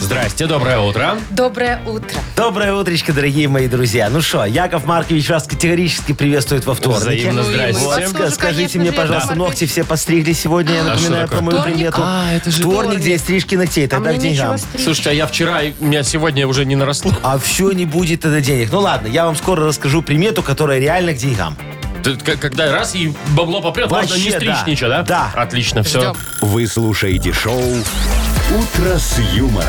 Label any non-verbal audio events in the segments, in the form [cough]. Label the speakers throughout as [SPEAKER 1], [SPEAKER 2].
[SPEAKER 1] Здрасте, доброе утро.
[SPEAKER 2] Доброе утро.
[SPEAKER 3] Доброе утречко, дорогие мои друзья. Ну что, Яков Маркович вас категорически приветствует во вторник.
[SPEAKER 1] Взаимно,
[SPEAKER 2] Ну и мы
[SPEAKER 1] здрасте.
[SPEAKER 2] вас
[SPEAKER 3] Вот,
[SPEAKER 2] тоже,
[SPEAKER 3] ска- скажите
[SPEAKER 2] конечно
[SPEAKER 3] мне,
[SPEAKER 2] же, Яков
[SPEAKER 3] пожалуйста,
[SPEAKER 2] Маркович.
[SPEAKER 3] ногти все постригли сегодня, я
[SPEAKER 1] А что
[SPEAKER 3] напоминаю
[SPEAKER 1] такое?
[SPEAKER 3] про мою
[SPEAKER 2] Вторник?
[SPEAKER 3] примету.
[SPEAKER 1] А, это же
[SPEAKER 3] Вторник,
[SPEAKER 2] вторник.
[SPEAKER 3] где стрижки ногтей,
[SPEAKER 2] А
[SPEAKER 3] тогда
[SPEAKER 2] мне
[SPEAKER 3] к деньгам.
[SPEAKER 2] нечего стричь.
[SPEAKER 1] Слушайте, а я вчера, и у меня сегодня уже не наросло.
[SPEAKER 3] А все не будет тогда денег. Ну ладно, я вам скоро расскажу примету, которая реально к деньгам.
[SPEAKER 1] Ты к- Когда раз и бабло попрет, можно не
[SPEAKER 3] Вообще,
[SPEAKER 1] стричь
[SPEAKER 3] да.
[SPEAKER 1] ничего, да?
[SPEAKER 3] Да.
[SPEAKER 1] Отлично, все.
[SPEAKER 2] Ждем.
[SPEAKER 4] Вы слушаете шоу «Утро с юмором»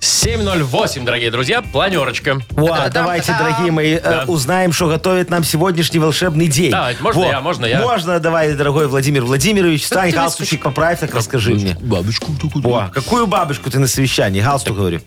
[SPEAKER 1] 7.08, дорогие друзья, планерочка.
[SPEAKER 3] Вот, давайте,
[SPEAKER 2] Та-дам-та-дам.
[SPEAKER 3] дорогие мои, э, узнаем, что готовит нам сегодняшний волшебный день.
[SPEAKER 1] Да, можно
[SPEAKER 3] Вот.
[SPEAKER 1] я, можно я?
[SPEAKER 3] Можно, давай, дорогой Владимир Владимирович, встань,
[SPEAKER 2] ты
[SPEAKER 3] галстучек поправь, так расскажи мне.
[SPEAKER 1] Бабочку.
[SPEAKER 3] О, какую бабушку ты на совещании? Галстук, говорю.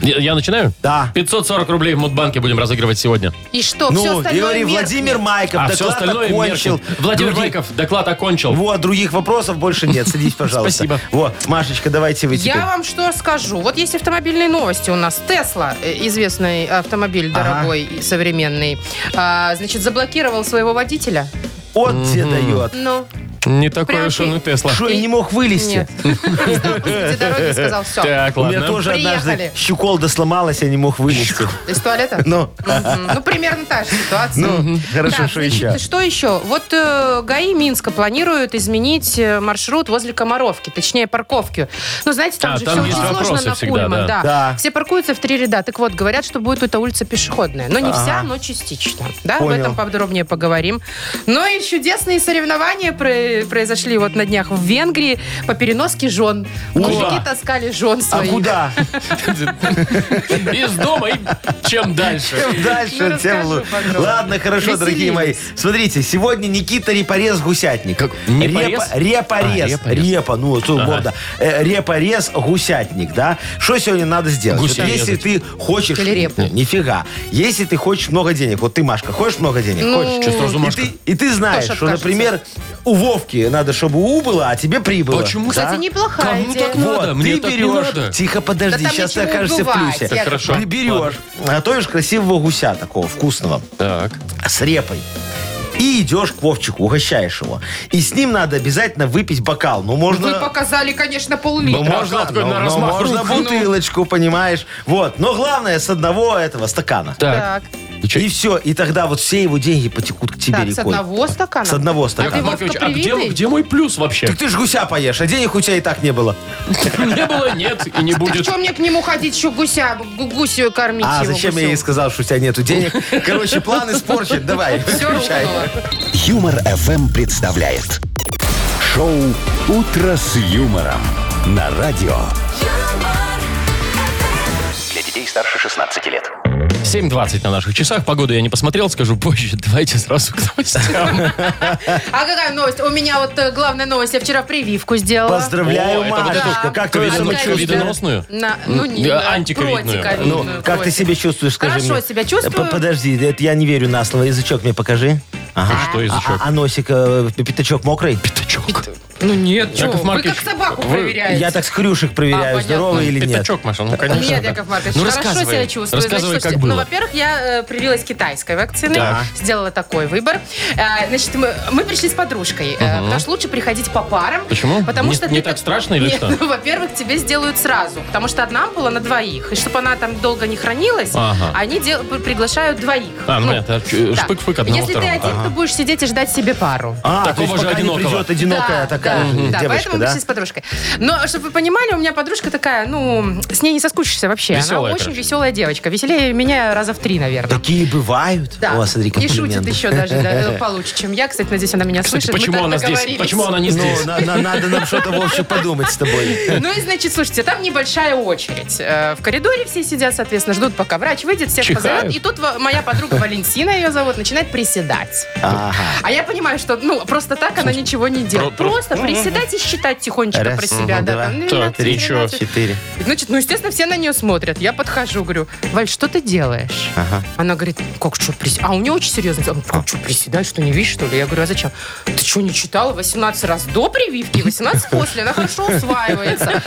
[SPEAKER 1] Я я начинаю?
[SPEAKER 3] Да.
[SPEAKER 1] 540 рублей в Мудбанке будем разыгрывать сегодня.
[SPEAKER 2] И что, все
[SPEAKER 3] Ну, и
[SPEAKER 2] остальное
[SPEAKER 3] говори,
[SPEAKER 2] меркнет?
[SPEAKER 3] Владимир Майков,
[SPEAKER 1] А
[SPEAKER 3] доклад
[SPEAKER 1] все остальное
[SPEAKER 3] окончил.
[SPEAKER 1] меркнет. Владимир
[SPEAKER 3] Других-
[SPEAKER 1] Майков доклад окончил.
[SPEAKER 3] Вот, других вопросов больше
[SPEAKER 1] [laughs]
[SPEAKER 3] нет. Садись, пожалуйста.
[SPEAKER 1] Спасибо.
[SPEAKER 3] Вот, Машечка, давайте вы теперь.
[SPEAKER 2] Я вам что скажу. Вот есть автомобильные новости у нас. Тесла, э, известный автомобиль дорогой и современный, а, значит, заблокировал своего водителя.
[SPEAKER 3] От тебе дает. [laughs]
[SPEAKER 2] Ну,
[SPEAKER 1] Не такое уж
[SPEAKER 2] Прям
[SPEAKER 1] он и Тесла.
[SPEAKER 3] Что, я не мог
[SPEAKER 2] нет.
[SPEAKER 3] вылезти?
[SPEAKER 2] Встал посреди дороги и сказал, все. То
[SPEAKER 1] Так,
[SPEAKER 3] У меня
[SPEAKER 1] ладно.
[SPEAKER 3] тоже однажды
[SPEAKER 2] Приехали.
[SPEAKER 3] щеколда сломалась, я не мог вылезти.
[SPEAKER 2] Из туалета?
[SPEAKER 3] Ну,
[SPEAKER 2] Мгм. Ну, примерно та же ситуация.
[SPEAKER 3] ну, хорошо,
[SPEAKER 2] Так,
[SPEAKER 3] что
[SPEAKER 2] значит,
[SPEAKER 3] еще?
[SPEAKER 2] Что еще? Вот э, ГАИ Минска планируют изменить э, маршрут возле Комаровки, точнее парковки. Ну, знаете, там
[SPEAKER 1] А,
[SPEAKER 2] же
[SPEAKER 1] там
[SPEAKER 2] все
[SPEAKER 1] есть
[SPEAKER 2] очень
[SPEAKER 1] вопросы
[SPEAKER 2] сложно на
[SPEAKER 1] всегда,
[SPEAKER 2] Кульма.
[SPEAKER 1] да.
[SPEAKER 3] Да.
[SPEAKER 2] Все паркуются в три ряда. Так вот, говорят, что будет эта улица пешеходная. Но не вся, но частично. Да, об
[SPEAKER 3] Понял.
[SPEAKER 2] этом подробнее поговорим. Но и чудесные соревнования про- произошли вот на днях в Венгрии по переноске жен. Мужики таскали жен
[SPEAKER 3] А
[SPEAKER 2] своих.
[SPEAKER 3] куда?
[SPEAKER 1] Из дома и чем дальше.
[SPEAKER 3] Чем дальше,
[SPEAKER 2] Ну,
[SPEAKER 3] тем
[SPEAKER 2] расскажу
[SPEAKER 3] лучше.
[SPEAKER 2] подробно.
[SPEAKER 3] Ладно, хорошо, дорогие мои.
[SPEAKER 2] Веселились.
[SPEAKER 3] Смотрите, сегодня Никита Репорез Гусятник.
[SPEAKER 1] Как? Не порез?
[SPEAKER 3] Репа-
[SPEAKER 1] А,
[SPEAKER 3] Репорез.
[SPEAKER 1] репорез.
[SPEAKER 3] Репа, ну, тут морда. Э, Репорез Гусятник, да? Что сегодня надо сделать? Вот
[SPEAKER 1] Гуся
[SPEAKER 3] Если
[SPEAKER 1] резать.
[SPEAKER 3] ты хочешь...
[SPEAKER 2] Или репу.
[SPEAKER 3] Н- Нифига. Если ты хочешь много денег, вот ты, Машка, хочешь много денег?
[SPEAKER 2] Ну,
[SPEAKER 3] Хочешь.
[SPEAKER 1] Что, сразу
[SPEAKER 3] И
[SPEAKER 1] Машка?
[SPEAKER 3] ты, и ты знаешь,
[SPEAKER 2] Тоже
[SPEAKER 3] что,
[SPEAKER 2] откажется.
[SPEAKER 3] например, у Вовки надо, чтобы у было, а тебе прибыло.
[SPEAKER 1] Почему?
[SPEAKER 2] Кстати,
[SPEAKER 3] Да?
[SPEAKER 2] неплохая
[SPEAKER 1] Кому
[SPEAKER 2] идея.
[SPEAKER 1] так
[SPEAKER 3] Вот,
[SPEAKER 1] надо?
[SPEAKER 3] ты
[SPEAKER 1] Мне так не
[SPEAKER 3] берешь.
[SPEAKER 1] надо.
[SPEAKER 3] Тихо, подожди,
[SPEAKER 2] Да там
[SPEAKER 3] сейчас ты
[SPEAKER 2] ничего не
[SPEAKER 3] окажешься в
[SPEAKER 2] бывает,
[SPEAKER 3] плюсе.
[SPEAKER 2] Яков
[SPEAKER 1] Хорошо.
[SPEAKER 3] Ты берешь, готовишь красивого гуся такого вкусного
[SPEAKER 1] Так.
[SPEAKER 3] с репой. И идешь к Вовчику, угощаешь его. И с ним надо обязательно выпить бокал. Ну, можно...
[SPEAKER 2] Вы показали, конечно, пол-литра.
[SPEAKER 3] Ну,
[SPEAKER 1] Бокал
[SPEAKER 3] можно,
[SPEAKER 1] такой
[SPEAKER 3] ну,
[SPEAKER 1] на
[SPEAKER 3] ну,
[SPEAKER 1] размах
[SPEAKER 3] можно
[SPEAKER 1] рук.
[SPEAKER 3] бутылочку, понимаешь. Вот. Но главное, с одного этого стакана.
[SPEAKER 1] Так.
[SPEAKER 2] Так.
[SPEAKER 1] И чё?
[SPEAKER 3] И все. И тогда вот все его деньги потекут к тебе
[SPEAKER 2] Так, с
[SPEAKER 3] рекой.
[SPEAKER 2] одного стакана?
[SPEAKER 3] С одного стакана.
[SPEAKER 2] А
[SPEAKER 1] Яков
[SPEAKER 2] ты,
[SPEAKER 1] Маркович,
[SPEAKER 2] Вовка,
[SPEAKER 1] а где,
[SPEAKER 2] привитый?
[SPEAKER 1] где мой плюс вообще?
[SPEAKER 3] Так ты ж гуся поешь, а денег у тебя и так не было.
[SPEAKER 1] Не было, нет и не будет.
[SPEAKER 2] Что мне к нему ходить, еще гуся, гу- гусю кормить
[SPEAKER 3] А
[SPEAKER 2] его,
[SPEAKER 3] зачем я ей сказал, что у тебя нету денег? Короче, план испорчен. Давай,
[SPEAKER 2] Все
[SPEAKER 3] включай.
[SPEAKER 4] Юмор ФМ представляет шоу Утро с юмором на радио. Для детей старше 16 лет.
[SPEAKER 1] 7.20 на наших часах. Погоду я не посмотрел, скажу позже. Давайте сразу к
[SPEAKER 2] [laughs]
[SPEAKER 1] новостям.
[SPEAKER 2] А какая новость? У меня вот э, главная новость. Я вчера прививку сделала.
[SPEAKER 3] Поздравляю,
[SPEAKER 1] О, это вот
[SPEAKER 3] Машечка.
[SPEAKER 2] эту
[SPEAKER 3] Как ты
[SPEAKER 1] ковидную-
[SPEAKER 3] себя
[SPEAKER 2] От ковида.
[SPEAKER 3] чувствуешь?
[SPEAKER 1] ковидоносную?
[SPEAKER 2] На- ну, не,
[SPEAKER 1] Да,
[SPEAKER 2] на-
[SPEAKER 1] антиковидную.
[SPEAKER 2] протиковидную.
[SPEAKER 3] Ну, как ты
[SPEAKER 2] Ой.
[SPEAKER 3] себя чувствуешь, скажи
[SPEAKER 2] Хорошо
[SPEAKER 3] мне?
[SPEAKER 2] себя чувствую.
[SPEAKER 3] П- Подожди, это я не верю на слово. Язычок мне покажи. Ага.
[SPEAKER 1] Что
[SPEAKER 3] А,
[SPEAKER 1] язычок?
[SPEAKER 3] а носик, э, пятачок мокрый?
[SPEAKER 1] Пятачок.
[SPEAKER 2] Ну нет, чё
[SPEAKER 1] Яков
[SPEAKER 2] вы.
[SPEAKER 1] Маркович,
[SPEAKER 2] Вы как собаку
[SPEAKER 1] вы-
[SPEAKER 2] проверяете.
[SPEAKER 3] Я так с хрюшек проверяю,
[SPEAKER 2] А, понятно.
[SPEAKER 3] здоровый или нет.
[SPEAKER 1] Пятачок, Маша, ну конечно.
[SPEAKER 2] Нет,
[SPEAKER 1] да.
[SPEAKER 2] Яков Маркович,
[SPEAKER 1] Ну,
[SPEAKER 2] хорошо
[SPEAKER 1] рассказывай.
[SPEAKER 2] себя чувствую.
[SPEAKER 1] Рассказывай,
[SPEAKER 2] Значит,
[SPEAKER 1] как
[SPEAKER 2] слушайте, Ну,
[SPEAKER 1] было.
[SPEAKER 2] во-первых, я э, привилась китайской вакциной,
[SPEAKER 1] Так.
[SPEAKER 2] сделала такой выбор. Э, значит, мы, мы пришли с подружкой, э, потому что лучше приходить по парам.
[SPEAKER 1] Почему?
[SPEAKER 2] Потому
[SPEAKER 1] Не-
[SPEAKER 2] что
[SPEAKER 1] не
[SPEAKER 2] ты
[SPEAKER 1] так страшно или
[SPEAKER 2] Нет,
[SPEAKER 1] что?
[SPEAKER 2] ну, во-первых, тебе сделают сразу, потому что одна ампула на двоих. И чтобы она там долго не хранилась,
[SPEAKER 1] Ага.
[SPEAKER 2] они дел- приглашают двоих.
[SPEAKER 1] А, ну, это, э,
[SPEAKER 2] да.
[SPEAKER 1] шпык-фык одного
[SPEAKER 2] Если ты
[SPEAKER 1] второго.
[SPEAKER 2] один,
[SPEAKER 1] Ага.
[SPEAKER 2] ты будешь сидеть и ждать себе пару.
[SPEAKER 3] А,
[SPEAKER 1] Такого
[SPEAKER 3] то есть
[SPEAKER 1] же
[SPEAKER 3] пока не
[SPEAKER 1] одинокого.
[SPEAKER 3] придет одинокая
[SPEAKER 2] Да,
[SPEAKER 3] такая
[SPEAKER 2] да,
[SPEAKER 3] же
[SPEAKER 2] да,
[SPEAKER 3] девочка,
[SPEAKER 2] поэтому мы
[SPEAKER 3] да?
[SPEAKER 2] все с подружкой. Но, чтобы вы понимали, у меня подружка такая, ну, с ней не соскучишься вообще.
[SPEAKER 1] Веселая,
[SPEAKER 2] Она очень
[SPEAKER 1] короче.
[SPEAKER 2] веселая девочка. Веселее меня раза в три, наверное.
[SPEAKER 3] Такие бывают.
[SPEAKER 2] Да.
[SPEAKER 3] О, смотри,
[SPEAKER 2] и шутит
[SPEAKER 3] комплименты.
[SPEAKER 2] еще даже
[SPEAKER 1] [laughs]
[SPEAKER 2] да, получше, чем я. Кстати, надеюсь, она меня
[SPEAKER 1] Кстати,
[SPEAKER 2] слышит. Мы
[SPEAKER 1] почему
[SPEAKER 2] так
[SPEAKER 1] она здесь?
[SPEAKER 2] договорились.
[SPEAKER 1] Почему она не
[SPEAKER 3] Ну,
[SPEAKER 1] здесь?
[SPEAKER 3] на- на- надо нам что-то вообще подумать с
[SPEAKER 2] [laughs]
[SPEAKER 3] тобой.
[SPEAKER 2] Ну и, значит, слушайте, там небольшая очередь. Э, В коридоре все сидят, соответственно, ждут, пока врач выйдет, всех
[SPEAKER 1] Чихают.
[SPEAKER 2] позовет. И тут во- моя подруга Валентина, ее зовут, начинает приседать.
[SPEAKER 3] Ага.
[SPEAKER 2] А я понимаю, что ну просто так она ничего не делает.
[SPEAKER 1] Про- про-
[SPEAKER 2] просто, приседать и считать тихонечко
[SPEAKER 3] Раз,
[SPEAKER 2] про себя.
[SPEAKER 3] мгм,
[SPEAKER 2] да,
[SPEAKER 3] два,
[SPEAKER 2] там,
[SPEAKER 1] так,
[SPEAKER 2] 12,
[SPEAKER 1] три,
[SPEAKER 2] 13.
[SPEAKER 3] Четыре.
[SPEAKER 2] Значит, ну, естественно, все на нее смотрят. Я подхожу, говорю, Валь, что ты делаешь?
[SPEAKER 3] Ага.
[SPEAKER 2] Она говорит, как что приседать? А у нее очень серьезно. Она, Как что приседать, что не видишь, что ли? Я говорю, а зачем? Ты что, не читала 18 раз до прививки, 18 после? Она хорошо усваивается.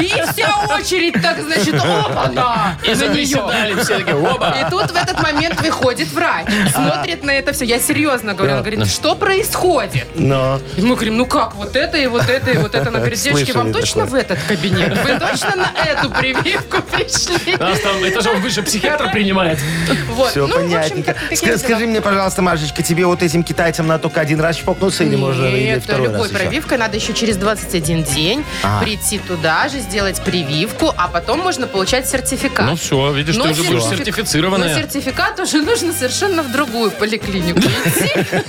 [SPEAKER 2] И вся очередь так, значит, опа-на!
[SPEAKER 1] И
[SPEAKER 2] на
[SPEAKER 1] заприседали
[SPEAKER 2] нее.
[SPEAKER 1] все такие, оба.
[SPEAKER 2] И тут в этот момент выходит врач, смотрит на это все. Я серьезно говорю, он говорит, что происходит?
[SPEAKER 3] Но.
[SPEAKER 2] И мы говорим, ну как, вот это и вот это и вот это на передержке.
[SPEAKER 3] Слышали
[SPEAKER 2] Вам точно
[SPEAKER 3] такое.
[SPEAKER 2] в этот кабинет? Вы точно на эту прививку пришли?
[SPEAKER 1] Нас там этажом выше психиатр принимает.
[SPEAKER 2] Вот.
[SPEAKER 3] Все
[SPEAKER 2] ну,
[SPEAKER 3] понятненько.
[SPEAKER 2] в общем,
[SPEAKER 3] Ска- Скажи мне, пожалуйста, Машечка, тебе вот этим китайцам надо только один раз чпокнуться или можно или
[SPEAKER 2] Нет,
[SPEAKER 3] второй
[SPEAKER 2] любой
[SPEAKER 3] раз еще?
[SPEAKER 2] прививкой надо еще через 21 день
[SPEAKER 3] А.
[SPEAKER 2] прийти туда же, сделать прививку, а потом можно получать сертификат.
[SPEAKER 1] Ну все, видишь,
[SPEAKER 2] Но
[SPEAKER 1] ты уже будешь
[SPEAKER 2] сертифи- ну, Но
[SPEAKER 1] сертифицированная.
[SPEAKER 2] сертификат уже нужно совершенно в другую поликлинику идти.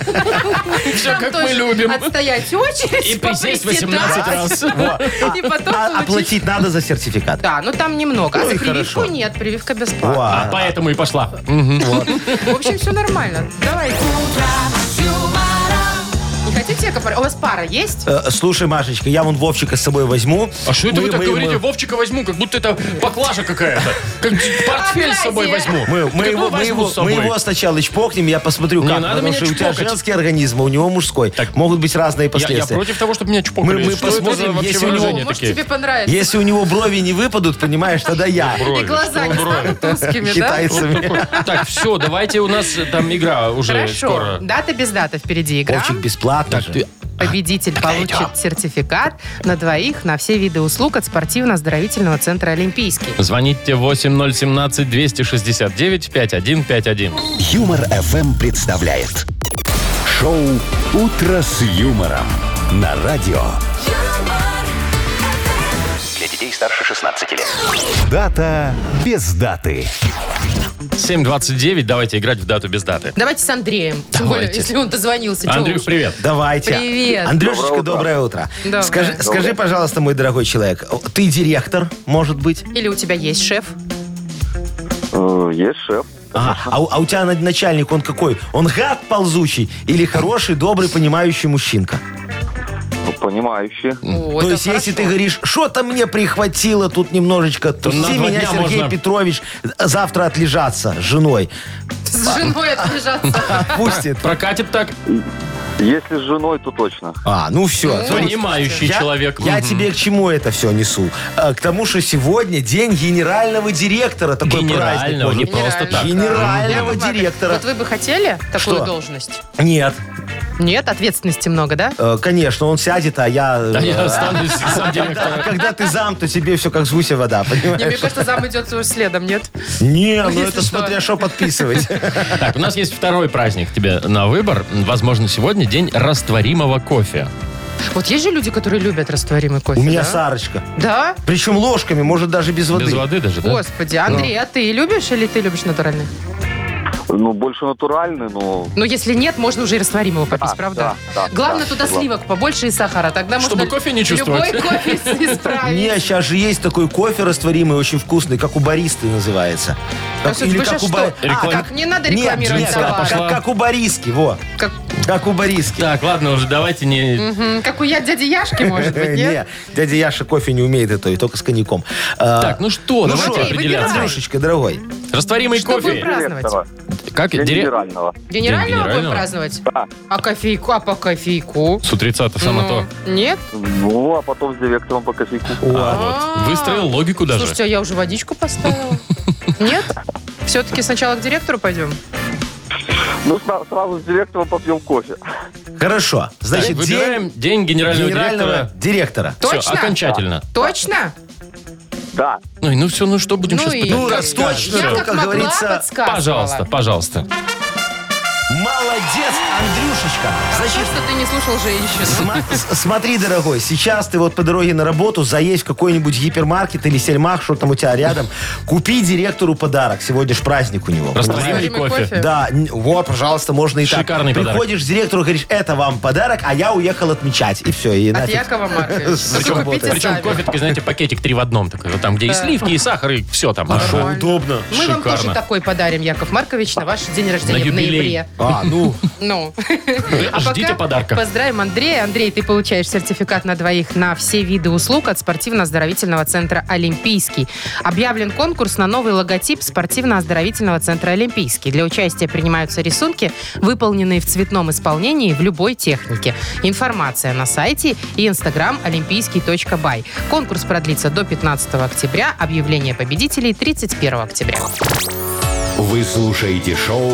[SPEAKER 1] Все,
[SPEAKER 2] Там
[SPEAKER 1] как мы
[SPEAKER 2] тоже
[SPEAKER 1] любим.
[SPEAKER 2] Отстоять очередь,
[SPEAKER 1] И присесть
[SPEAKER 2] поприседать,
[SPEAKER 1] 18 раз.
[SPEAKER 3] А, Во.
[SPEAKER 2] И потом [laughs]
[SPEAKER 3] А
[SPEAKER 2] получить
[SPEAKER 3] оплатить надо за сертификат.
[SPEAKER 2] Да, но там немного.
[SPEAKER 3] Ну
[SPEAKER 2] а за
[SPEAKER 3] и
[SPEAKER 2] прививку
[SPEAKER 3] хорошо.
[SPEAKER 2] нет, прививка бесплатная.
[SPEAKER 1] А
[SPEAKER 3] Во.
[SPEAKER 1] поэтому и пошла.
[SPEAKER 2] В общем, все нормально. Давай. Не хотите, Яков Маркович? У вас пара есть?
[SPEAKER 3] Э, Слушай, Машечка, я вон Вовчика с собой возьму.
[SPEAKER 1] А что это
[SPEAKER 3] Мы-
[SPEAKER 1] вы так
[SPEAKER 3] мы
[SPEAKER 1] говорите?
[SPEAKER 3] ему-
[SPEAKER 1] Вовчика возьму, как будто это поклажа какая-то. Как портфель с собой
[SPEAKER 2] Фантазия.
[SPEAKER 1] возьму.
[SPEAKER 3] Мы, мы
[SPEAKER 1] Так, ну,
[SPEAKER 3] его, мы,
[SPEAKER 1] возьму
[SPEAKER 3] его,
[SPEAKER 1] с собой.
[SPEAKER 3] мы его сначала чпокнем, я посмотрю,
[SPEAKER 1] Не
[SPEAKER 3] как.
[SPEAKER 1] надо
[SPEAKER 3] потому
[SPEAKER 1] меня
[SPEAKER 3] что у тебя
[SPEAKER 1] чпокать.
[SPEAKER 3] женский организм, а у него мужской. Могут быть
[SPEAKER 1] Я,
[SPEAKER 3] разные
[SPEAKER 1] я
[SPEAKER 3] последствия.
[SPEAKER 1] против того, чтобы меня чпокали.
[SPEAKER 3] Мы- мы
[SPEAKER 1] Что это за
[SPEAKER 3] посмотрим,
[SPEAKER 1] вообще
[SPEAKER 3] если у него-
[SPEAKER 1] выражения
[SPEAKER 2] О, может,
[SPEAKER 1] такие?
[SPEAKER 2] тебе понравится.
[SPEAKER 3] Если у него брови не выпадут, понимаешь, тогда я.
[SPEAKER 2] И глаза не станут узкими,
[SPEAKER 1] [laughs]
[SPEAKER 2] да?
[SPEAKER 3] Китайцами.
[SPEAKER 1] [laughs] Так, все, давайте у нас э, там игра уже
[SPEAKER 2] Хорошо.
[SPEAKER 1] скоро.
[SPEAKER 2] Дата без даты впереди игра.
[SPEAKER 3] Вовчик бесплатно
[SPEAKER 1] Так,
[SPEAKER 3] же.
[SPEAKER 1] ты-
[SPEAKER 2] Победитель получит сертификат на двоих на все виды услуг от спортивно-оздоровительного центра «Олимпийский».
[SPEAKER 1] Звоните 8017-269-5151.
[SPEAKER 4] Юмор FM представляет шоу Утро с юмором на радио.
[SPEAKER 5] Для детей старше 16 лет.
[SPEAKER 4] Дата без даты.
[SPEAKER 1] 7.29, давайте играть в дату без даты.
[SPEAKER 2] Давайте с Андреем. Тем более,
[SPEAKER 1] Давайте.
[SPEAKER 2] если он дозвонился. чего
[SPEAKER 1] Андрюх,
[SPEAKER 2] уж.
[SPEAKER 1] привет.
[SPEAKER 3] Давайте.
[SPEAKER 2] Привет.
[SPEAKER 3] Андрюшечка, доброе утро.
[SPEAKER 2] Доброе.
[SPEAKER 3] Скажи,
[SPEAKER 2] Доброе.
[SPEAKER 3] скажи, пожалуйста, мой дорогой человек, о, ты директор, может быть?
[SPEAKER 2] Или у тебя есть шеф?
[SPEAKER 6] Э, Есть шеф.
[SPEAKER 3] Ага. А, у- а у тебя на- начальник, он какой? Он гад ползучий или хороший, добрый, понимающий мужчинка?
[SPEAKER 6] ну, Понимающий.
[SPEAKER 2] О,
[SPEAKER 3] То
[SPEAKER 2] это
[SPEAKER 3] есть, если
[SPEAKER 2] хорошо.
[SPEAKER 3] ты говоришь, что-то мне прихватило тут немножечко,
[SPEAKER 1] на
[SPEAKER 3] тусти
[SPEAKER 1] два
[SPEAKER 3] меня,
[SPEAKER 1] дня
[SPEAKER 3] Сергей
[SPEAKER 1] можно».
[SPEAKER 3] Петрович, завтра отлежаться
[SPEAKER 2] [laughs]
[SPEAKER 3] с женой.
[SPEAKER 2] С женой отлежаться.
[SPEAKER 3] Отпустит.
[SPEAKER 1] Прокатит так
[SPEAKER 6] Если с женой, то точно.
[SPEAKER 3] А, ну все.
[SPEAKER 1] понимающий человек.
[SPEAKER 3] Я
[SPEAKER 1] Мгм.
[SPEAKER 3] тебе к чему это все несу? Э, К тому, что сегодня день генерального директора. Такой праздник.
[SPEAKER 1] Генерального,
[SPEAKER 3] может
[SPEAKER 1] не
[SPEAKER 3] быть.
[SPEAKER 1] просто так.
[SPEAKER 3] Генерального
[SPEAKER 2] Яков Маркович,
[SPEAKER 3] директора.
[SPEAKER 2] Вот вы бы хотели такую
[SPEAKER 3] Что?
[SPEAKER 2] должность?
[SPEAKER 3] Нет,
[SPEAKER 2] Нет, ответственности много, да?
[SPEAKER 3] э, конечно, он сядет, а я...
[SPEAKER 1] Да я
[SPEAKER 3] э,
[SPEAKER 1] останусь сам
[SPEAKER 2] [laughs]
[SPEAKER 3] когда,
[SPEAKER 1] директором.
[SPEAKER 3] когда ты зам, то тебе все как с гуся вода,
[SPEAKER 2] Не, мне
[SPEAKER 3] понимаешь?
[SPEAKER 2] кажется, зам идет своим следом, нет?
[SPEAKER 3] Не, ну
[SPEAKER 2] Если
[SPEAKER 3] это
[SPEAKER 2] что.
[SPEAKER 3] смотря
[SPEAKER 2] [laughs]
[SPEAKER 3] что подписывать.
[SPEAKER 1] Так, у нас есть второй праздник тебе на выбор. Возможно, сегодня день растворимого кофе.
[SPEAKER 2] Вот есть же люди, которые любят растворимый кофе,
[SPEAKER 3] У меня
[SPEAKER 2] да?
[SPEAKER 3] Сарочка.
[SPEAKER 2] Да?
[SPEAKER 3] Причем ложками, может даже без воды.
[SPEAKER 1] Без воды даже, да?
[SPEAKER 2] Господи, Андрей, а ты любишь или ты любишь натуральный?
[SPEAKER 6] Ну, больше натуральный, но...
[SPEAKER 2] Ну, если нет, можно уже и растворимого попить,
[SPEAKER 6] Да,
[SPEAKER 2] правда?
[SPEAKER 6] да, да,
[SPEAKER 2] Главное,
[SPEAKER 6] да,
[SPEAKER 2] туда
[SPEAKER 6] согласен.
[SPEAKER 2] сливок побольше и сахара. Тогда
[SPEAKER 1] Чтобы
[SPEAKER 2] можно
[SPEAKER 1] кофе не чувствовать.
[SPEAKER 2] Любой кофе исправить.
[SPEAKER 3] Не, сейчас же есть такой кофе растворимый, очень вкусный, как у баристы называется.
[SPEAKER 2] Да, Суть, вы же
[SPEAKER 3] ба-
[SPEAKER 2] что? А,
[SPEAKER 1] Реклам-
[SPEAKER 2] как, не надо
[SPEAKER 3] Нет,
[SPEAKER 2] рекламировать
[SPEAKER 3] нет,
[SPEAKER 1] джинса
[SPEAKER 2] товар.
[SPEAKER 1] пошла.
[SPEAKER 3] как, как у Бориски, во.
[SPEAKER 2] Как,
[SPEAKER 3] Как у Бориски.
[SPEAKER 1] Так, ладно уже, давайте не...
[SPEAKER 2] м, как у я дяди Яшки, может
[SPEAKER 3] [laughs]
[SPEAKER 2] быть, нет?
[SPEAKER 3] Не, дядя Яша кофе не умеет готовить, только с коньяком. А,
[SPEAKER 1] Так, ну что,
[SPEAKER 3] ну
[SPEAKER 1] давайте
[SPEAKER 3] что,
[SPEAKER 1] определяться.
[SPEAKER 2] выбирай.
[SPEAKER 3] Андрюшечка, дорогой,
[SPEAKER 1] Растворимый
[SPEAKER 2] Что
[SPEAKER 1] кофе.
[SPEAKER 2] вы про- Праздновать.
[SPEAKER 6] Директора.
[SPEAKER 1] Как?
[SPEAKER 6] День
[SPEAKER 1] Дире-
[SPEAKER 6] генерального.
[SPEAKER 2] Генерального будем
[SPEAKER 1] генерального?
[SPEAKER 2] праздновать?
[SPEAKER 6] Да.
[SPEAKER 2] А кофейку? А по кофейку?
[SPEAKER 1] С утреца-то само
[SPEAKER 2] Ну,
[SPEAKER 1] а то.
[SPEAKER 2] Нет?
[SPEAKER 6] Ну, а потом с директором по кофейку.
[SPEAKER 1] А, вот. Выстроил логику даже.
[SPEAKER 2] Слушайте, а я уже
[SPEAKER 1] [laughs]
[SPEAKER 2] водичку поставила. Нет? Все-таки сначала к директору пойдем.
[SPEAKER 6] Ну, сра- сразу с директором попьем кофе. [laughs]
[SPEAKER 3] хорошо. Значит,
[SPEAKER 1] Так,
[SPEAKER 3] день
[SPEAKER 1] выбираем день генерального,
[SPEAKER 3] генерального
[SPEAKER 1] директора.
[SPEAKER 3] директора.
[SPEAKER 1] Все,
[SPEAKER 2] Точно?
[SPEAKER 1] окончательно.
[SPEAKER 2] Точно?
[SPEAKER 6] Да.
[SPEAKER 1] Ну, и ну все, ну что, будем
[SPEAKER 2] Ну
[SPEAKER 1] сейчас
[SPEAKER 2] и-
[SPEAKER 1] пытаться?
[SPEAKER 3] Ну, раз точно,
[SPEAKER 2] Я
[SPEAKER 3] то,
[SPEAKER 2] как
[SPEAKER 3] как
[SPEAKER 2] могла
[SPEAKER 3] говорится,
[SPEAKER 2] подсказывала.
[SPEAKER 1] Пожалуйста, пожалуйста.
[SPEAKER 3] молодец, Андрюшечка.
[SPEAKER 2] Хорошо,
[SPEAKER 3] Значит,
[SPEAKER 2] что ты не слушал женщин.
[SPEAKER 3] Сма- с- Смотри, дорогой, сейчас ты вот по дороге на работу заесть в какой-нибудь гипермаркет или сельмах, что там у тебя рядом, купи директору подарок, сегодня ж праздник у него.
[SPEAKER 1] Растворимый
[SPEAKER 2] Растворимый
[SPEAKER 1] кофе.
[SPEAKER 2] кофе.
[SPEAKER 3] Да, н- вот, пожалуйста, можно и так.
[SPEAKER 1] Шикарный подарок.
[SPEAKER 3] Приходишь к директору, говоришь, это вам подарок, а я уехал отмечать. И все, и
[SPEAKER 2] От
[SPEAKER 3] нафиг.
[SPEAKER 2] Якова Марковича.
[SPEAKER 3] Причем-
[SPEAKER 2] Ну, купите
[SPEAKER 1] Причем
[SPEAKER 2] сами.
[SPEAKER 1] кофе, такой, знаете, пакетик три в одном такой. Вот там, где и сливки, и сахар, и все там.
[SPEAKER 3] Шо, удобно.
[SPEAKER 2] Мы вам
[SPEAKER 1] Шикарно.
[SPEAKER 2] тоже такой подарим, Яков Маркович, на ваш день рождения
[SPEAKER 1] На
[SPEAKER 2] в
[SPEAKER 1] юбилей.
[SPEAKER 2] ноябре.
[SPEAKER 3] А, ну
[SPEAKER 1] Фу.
[SPEAKER 2] Ну. [laughs] А
[SPEAKER 1] Э, Ждите
[SPEAKER 2] пока
[SPEAKER 1] подарка.
[SPEAKER 2] Поздравим Андрея. Андрей, ты получаешь сертификат на двоих на все виды услуг от спортивно-оздоровительного центра «Олимпийский». Объявлен конкурс на новый логотип спортивно-оздоровительного центра «Олимпийский». Для участия принимаются рисунки, выполненные в цветном исполнении в любой технике. Информация на сайте и инстаграм олимпийский.бай. Конкурс продлится до 15 октября. Объявление победителей 31 октября.
[SPEAKER 4] Вы слушаете шоу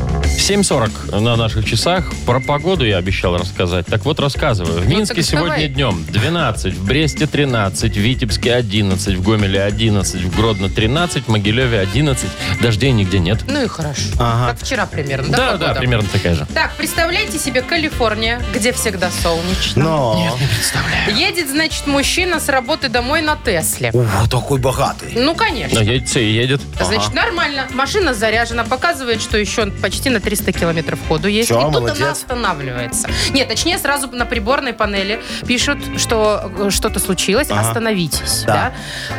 [SPEAKER 1] 7.40 на наших часах. Про погоду я обещал рассказать. Так вот, рассказываю. В Минске
[SPEAKER 2] Ну, так
[SPEAKER 1] сегодня
[SPEAKER 2] давай.
[SPEAKER 1] днем 12, в Бресте 13, в Витебске 11, в Гомеле 11, в Гродно 13, в Могилеве 11. Дождей нигде нет.
[SPEAKER 2] Ну и хорошо.
[SPEAKER 3] Ага.
[SPEAKER 2] Как вчера примерно, да?
[SPEAKER 1] Да, да,
[SPEAKER 2] погода?
[SPEAKER 1] примерно такая же.
[SPEAKER 2] Так, представляете себе Калифорния, где всегда солнечно.
[SPEAKER 3] Но...
[SPEAKER 2] Едет, значит, мужчина с работы домой на Тесле.
[SPEAKER 3] Ну. О, такой богатый.
[SPEAKER 2] Ну,
[SPEAKER 1] Но
[SPEAKER 2] конечно.
[SPEAKER 1] едет и едет.
[SPEAKER 2] Значит, нормально. Машина заряжена, показывает, что еще почти на 300 километров ходу есть.
[SPEAKER 3] Всё,
[SPEAKER 2] и тут
[SPEAKER 3] молодец.
[SPEAKER 2] она останавливается. Нет, точнее, сразу на приборной панели пишут, что э, что-то случилось,
[SPEAKER 3] Ага.
[SPEAKER 2] остановитесь.
[SPEAKER 3] Да.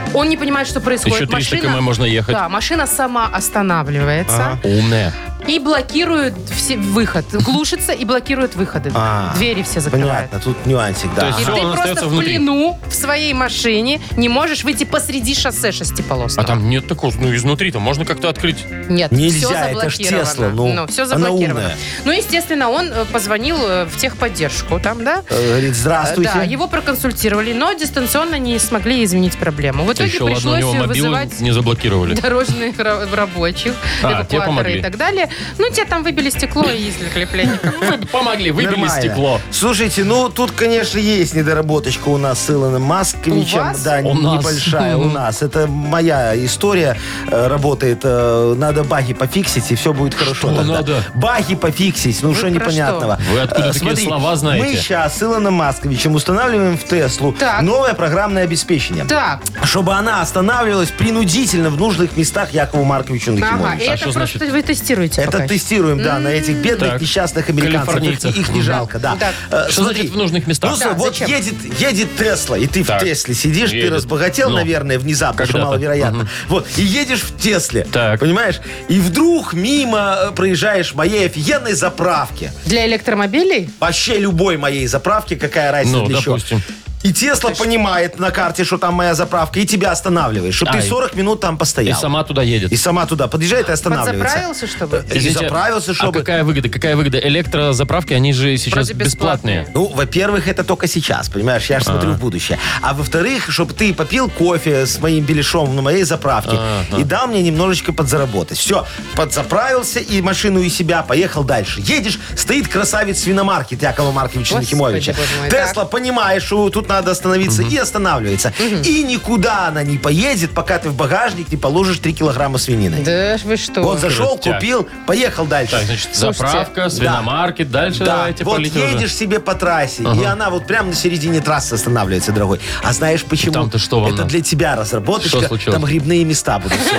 [SPEAKER 2] Да. Он не понимает, что происходит.
[SPEAKER 1] Еще 300 км
[SPEAKER 2] машина,
[SPEAKER 1] можно ехать.
[SPEAKER 2] да, машина сама останавливается
[SPEAKER 1] Умная.
[SPEAKER 2] и блокирует все, выход. Глушится и блокирует выходы.
[SPEAKER 3] А.
[SPEAKER 2] Двери все закрывает.
[SPEAKER 3] Понятно, тут нюансик,
[SPEAKER 1] То
[SPEAKER 3] да.
[SPEAKER 1] есть
[SPEAKER 2] И
[SPEAKER 1] Всё,
[SPEAKER 2] ты
[SPEAKER 1] он
[SPEAKER 2] просто
[SPEAKER 1] остается
[SPEAKER 2] в
[SPEAKER 1] внутри.
[SPEAKER 2] плену в своей машине не можешь выйти посреди шоссе
[SPEAKER 1] А
[SPEAKER 2] шестиполосного.
[SPEAKER 1] там нет такого, ну изнутри-то можно как-то открыть.
[SPEAKER 2] Нет,
[SPEAKER 3] Нельзя,
[SPEAKER 2] все
[SPEAKER 3] это ж
[SPEAKER 2] заблокировано.
[SPEAKER 3] Тесла, ну,
[SPEAKER 2] все
[SPEAKER 3] она
[SPEAKER 2] заблокировано.
[SPEAKER 3] умная.
[SPEAKER 2] Ну, естественно, он э, позвонил э, в техподдержку там, да?
[SPEAKER 3] Э, Говорит, здравствуйте.
[SPEAKER 2] Да, его проконсультировали, но дистанционно не смогли изменить проблему. В итоге
[SPEAKER 1] Еще ладно, у
[SPEAKER 2] пришлось
[SPEAKER 1] него мобилу
[SPEAKER 2] вызывать
[SPEAKER 1] не заблокировали.
[SPEAKER 2] дорожных ра- рабочих,
[SPEAKER 1] А, те
[SPEAKER 2] эвакуаторы
[SPEAKER 1] помогли.
[SPEAKER 2] и так далее. Ну, те там выбили стекло и извлекли пленников.
[SPEAKER 1] Вы Помогли, выбили
[SPEAKER 3] Нормально.
[SPEAKER 1] стекло.
[SPEAKER 3] Слушайте, ну тут, конечно, есть недоработочка у нас с Илоном Масковичем.
[SPEAKER 2] У вас?
[SPEAKER 3] Да,
[SPEAKER 1] У
[SPEAKER 3] н-
[SPEAKER 1] нас.
[SPEAKER 3] небольшая у нас. Это моя история э, работает. Э, Надо баги пофиксить, и все будет хорошо.
[SPEAKER 1] Что
[SPEAKER 3] тогда.
[SPEAKER 1] надо?
[SPEAKER 3] Баги пофиксить, ну
[SPEAKER 2] Вы
[SPEAKER 3] что
[SPEAKER 2] про
[SPEAKER 3] непонятного.
[SPEAKER 1] что? Вы откуда такие
[SPEAKER 3] смотри,
[SPEAKER 1] слова знаете?
[SPEAKER 3] Мы сейчас с Илоном Масковичем устанавливаем в Теслу
[SPEAKER 2] Так.
[SPEAKER 3] новое программное обеспечение.
[SPEAKER 2] Так,
[SPEAKER 3] Чтобы она останавливалась принудительно в нужных местах Якову Марковичу
[SPEAKER 2] ага,
[SPEAKER 3] Нахимовичу.
[SPEAKER 2] и
[SPEAKER 1] А
[SPEAKER 2] это
[SPEAKER 1] что
[SPEAKER 2] просто
[SPEAKER 1] значит?
[SPEAKER 2] вы тестируете
[SPEAKER 3] Это
[SPEAKER 2] пока.
[SPEAKER 3] тестируем, да, на этих бедных
[SPEAKER 1] Так.
[SPEAKER 3] несчастных американцев. Их,
[SPEAKER 1] Калифорнийцев.
[SPEAKER 3] их не
[SPEAKER 1] Мгм.
[SPEAKER 3] жалко, да.
[SPEAKER 2] Так.
[SPEAKER 3] Э,
[SPEAKER 1] Что
[SPEAKER 3] смотри,
[SPEAKER 1] значит в нужных местах?
[SPEAKER 3] ну,
[SPEAKER 2] Да,
[SPEAKER 3] вот
[SPEAKER 2] зачем?
[SPEAKER 3] едет, едет Тесла, и ты
[SPEAKER 1] Так.
[SPEAKER 3] в Тесле сидишь, ты
[SPEAKER 1] Едет.
[SPEAKER 3] разбогател,
[SPEAKER 1] Ну.
[SPEAKER 3] наверное, внезапно,
[SPEAKER 1] Когда-то.
[SPEAKER 3] что маловероятно.
[SPEAKER 1] Мгм.
[SPEAKER 3] Вот, и едешь в Тесле,
[SPEAKER 1] Так.
[SPEAKER 3] понимаешь? И вдруг мимо э, проезжаешь моей офигенной заправки.
[SPEAKER 2] Для электромобилей?
[SPEAKER 3] Вообще любой моей заправки, какая разница
[SPEAKER 1] Ну,
[SPEAKER 3] для чего.
[SPEAKER 1] допустим.
[SPEAKER 3] И Тесла понимает на карте, что там моя заправка, и тебя останавливаешь, чтобы
[SPEAKER 1] А,
[SPEAKER 3] ты
[SPEAKER 1] и-
[SPEAKER 3] 40 минут там
[SPEAKER 1] И
[SPEAKER 3] постоял.
[SPEAKER 1] сама туда едет.
[SPEAKER 3] И сама туда подъезжает и останавливается.
[SPEAKER 2] Подзаправился, чтобы?
[SPEAKER 3] И
[SPEAKER 1] Извините,
[SPEAKER 3] заправился,
[SPEAKER 1] А
[SPEAKER 3] чтобы...
[SPEAKER 1] какая выгода? Какая выгода? Электрозаправки, они же сейчас
[SPEAKER 2] Вроде бесплатные.
[SPEAKER 1] бесплатные.
[SPEAKER 3] Ну, во-первых, это только сейчас, понимаешь, я же смотрю в будущее. А во-вторых, чтобы ты попил кофе с моим беляшом на моей заправке и дал мне немножечко подзаработать. Все, подзаправился и машину, и себя, поехал дальше. Едешь, стоит красавец свиномаркет Якова Марковича
[SPEAKER 2] Господи,
[SPEAKER 3] Нахимовича.
[SPEAKER 2] боже мой,
[SPEAKER 3] Тесла, понимаешь, что тут надо остановиться, и останавливается. И никуда она не поедет, пока ты в багажник не положишь 3 килограмма свинины.
[SPEAKER 2] Да ж вы что?
[SPEAKER 3] Вот зашел,
[SPEAKER 1] Крутяк.
[SPEAKER 3] купил, поехал дальше.
[SPEAKER 1] Так, значит,
[SPEAKER 2] Слушайте,
[SPEAKER 1] заправка, свиномаркет, дальше
[SPEAKER 3] Да,
[SPEAKER 1] давайте
[SPEAKER 3] вот
[SPEAKER 1] полетим уже.
[SPEAKER 3] едешь себе по трассе, и она вот прямо на середине трассы останавливается, дорогой. А знаешь почему?
[SPEAKER 1] Там-то что вам
[SPEAKER 3] Это
[SPEAKER 1] надо?
[SPEAKER 3] для тебя
[SPEAKER 1] Что
[SPEAKER 3] разработочка.
[SPEAKER 1] случилось?
[SPEAKER 3] Там грибные места будут все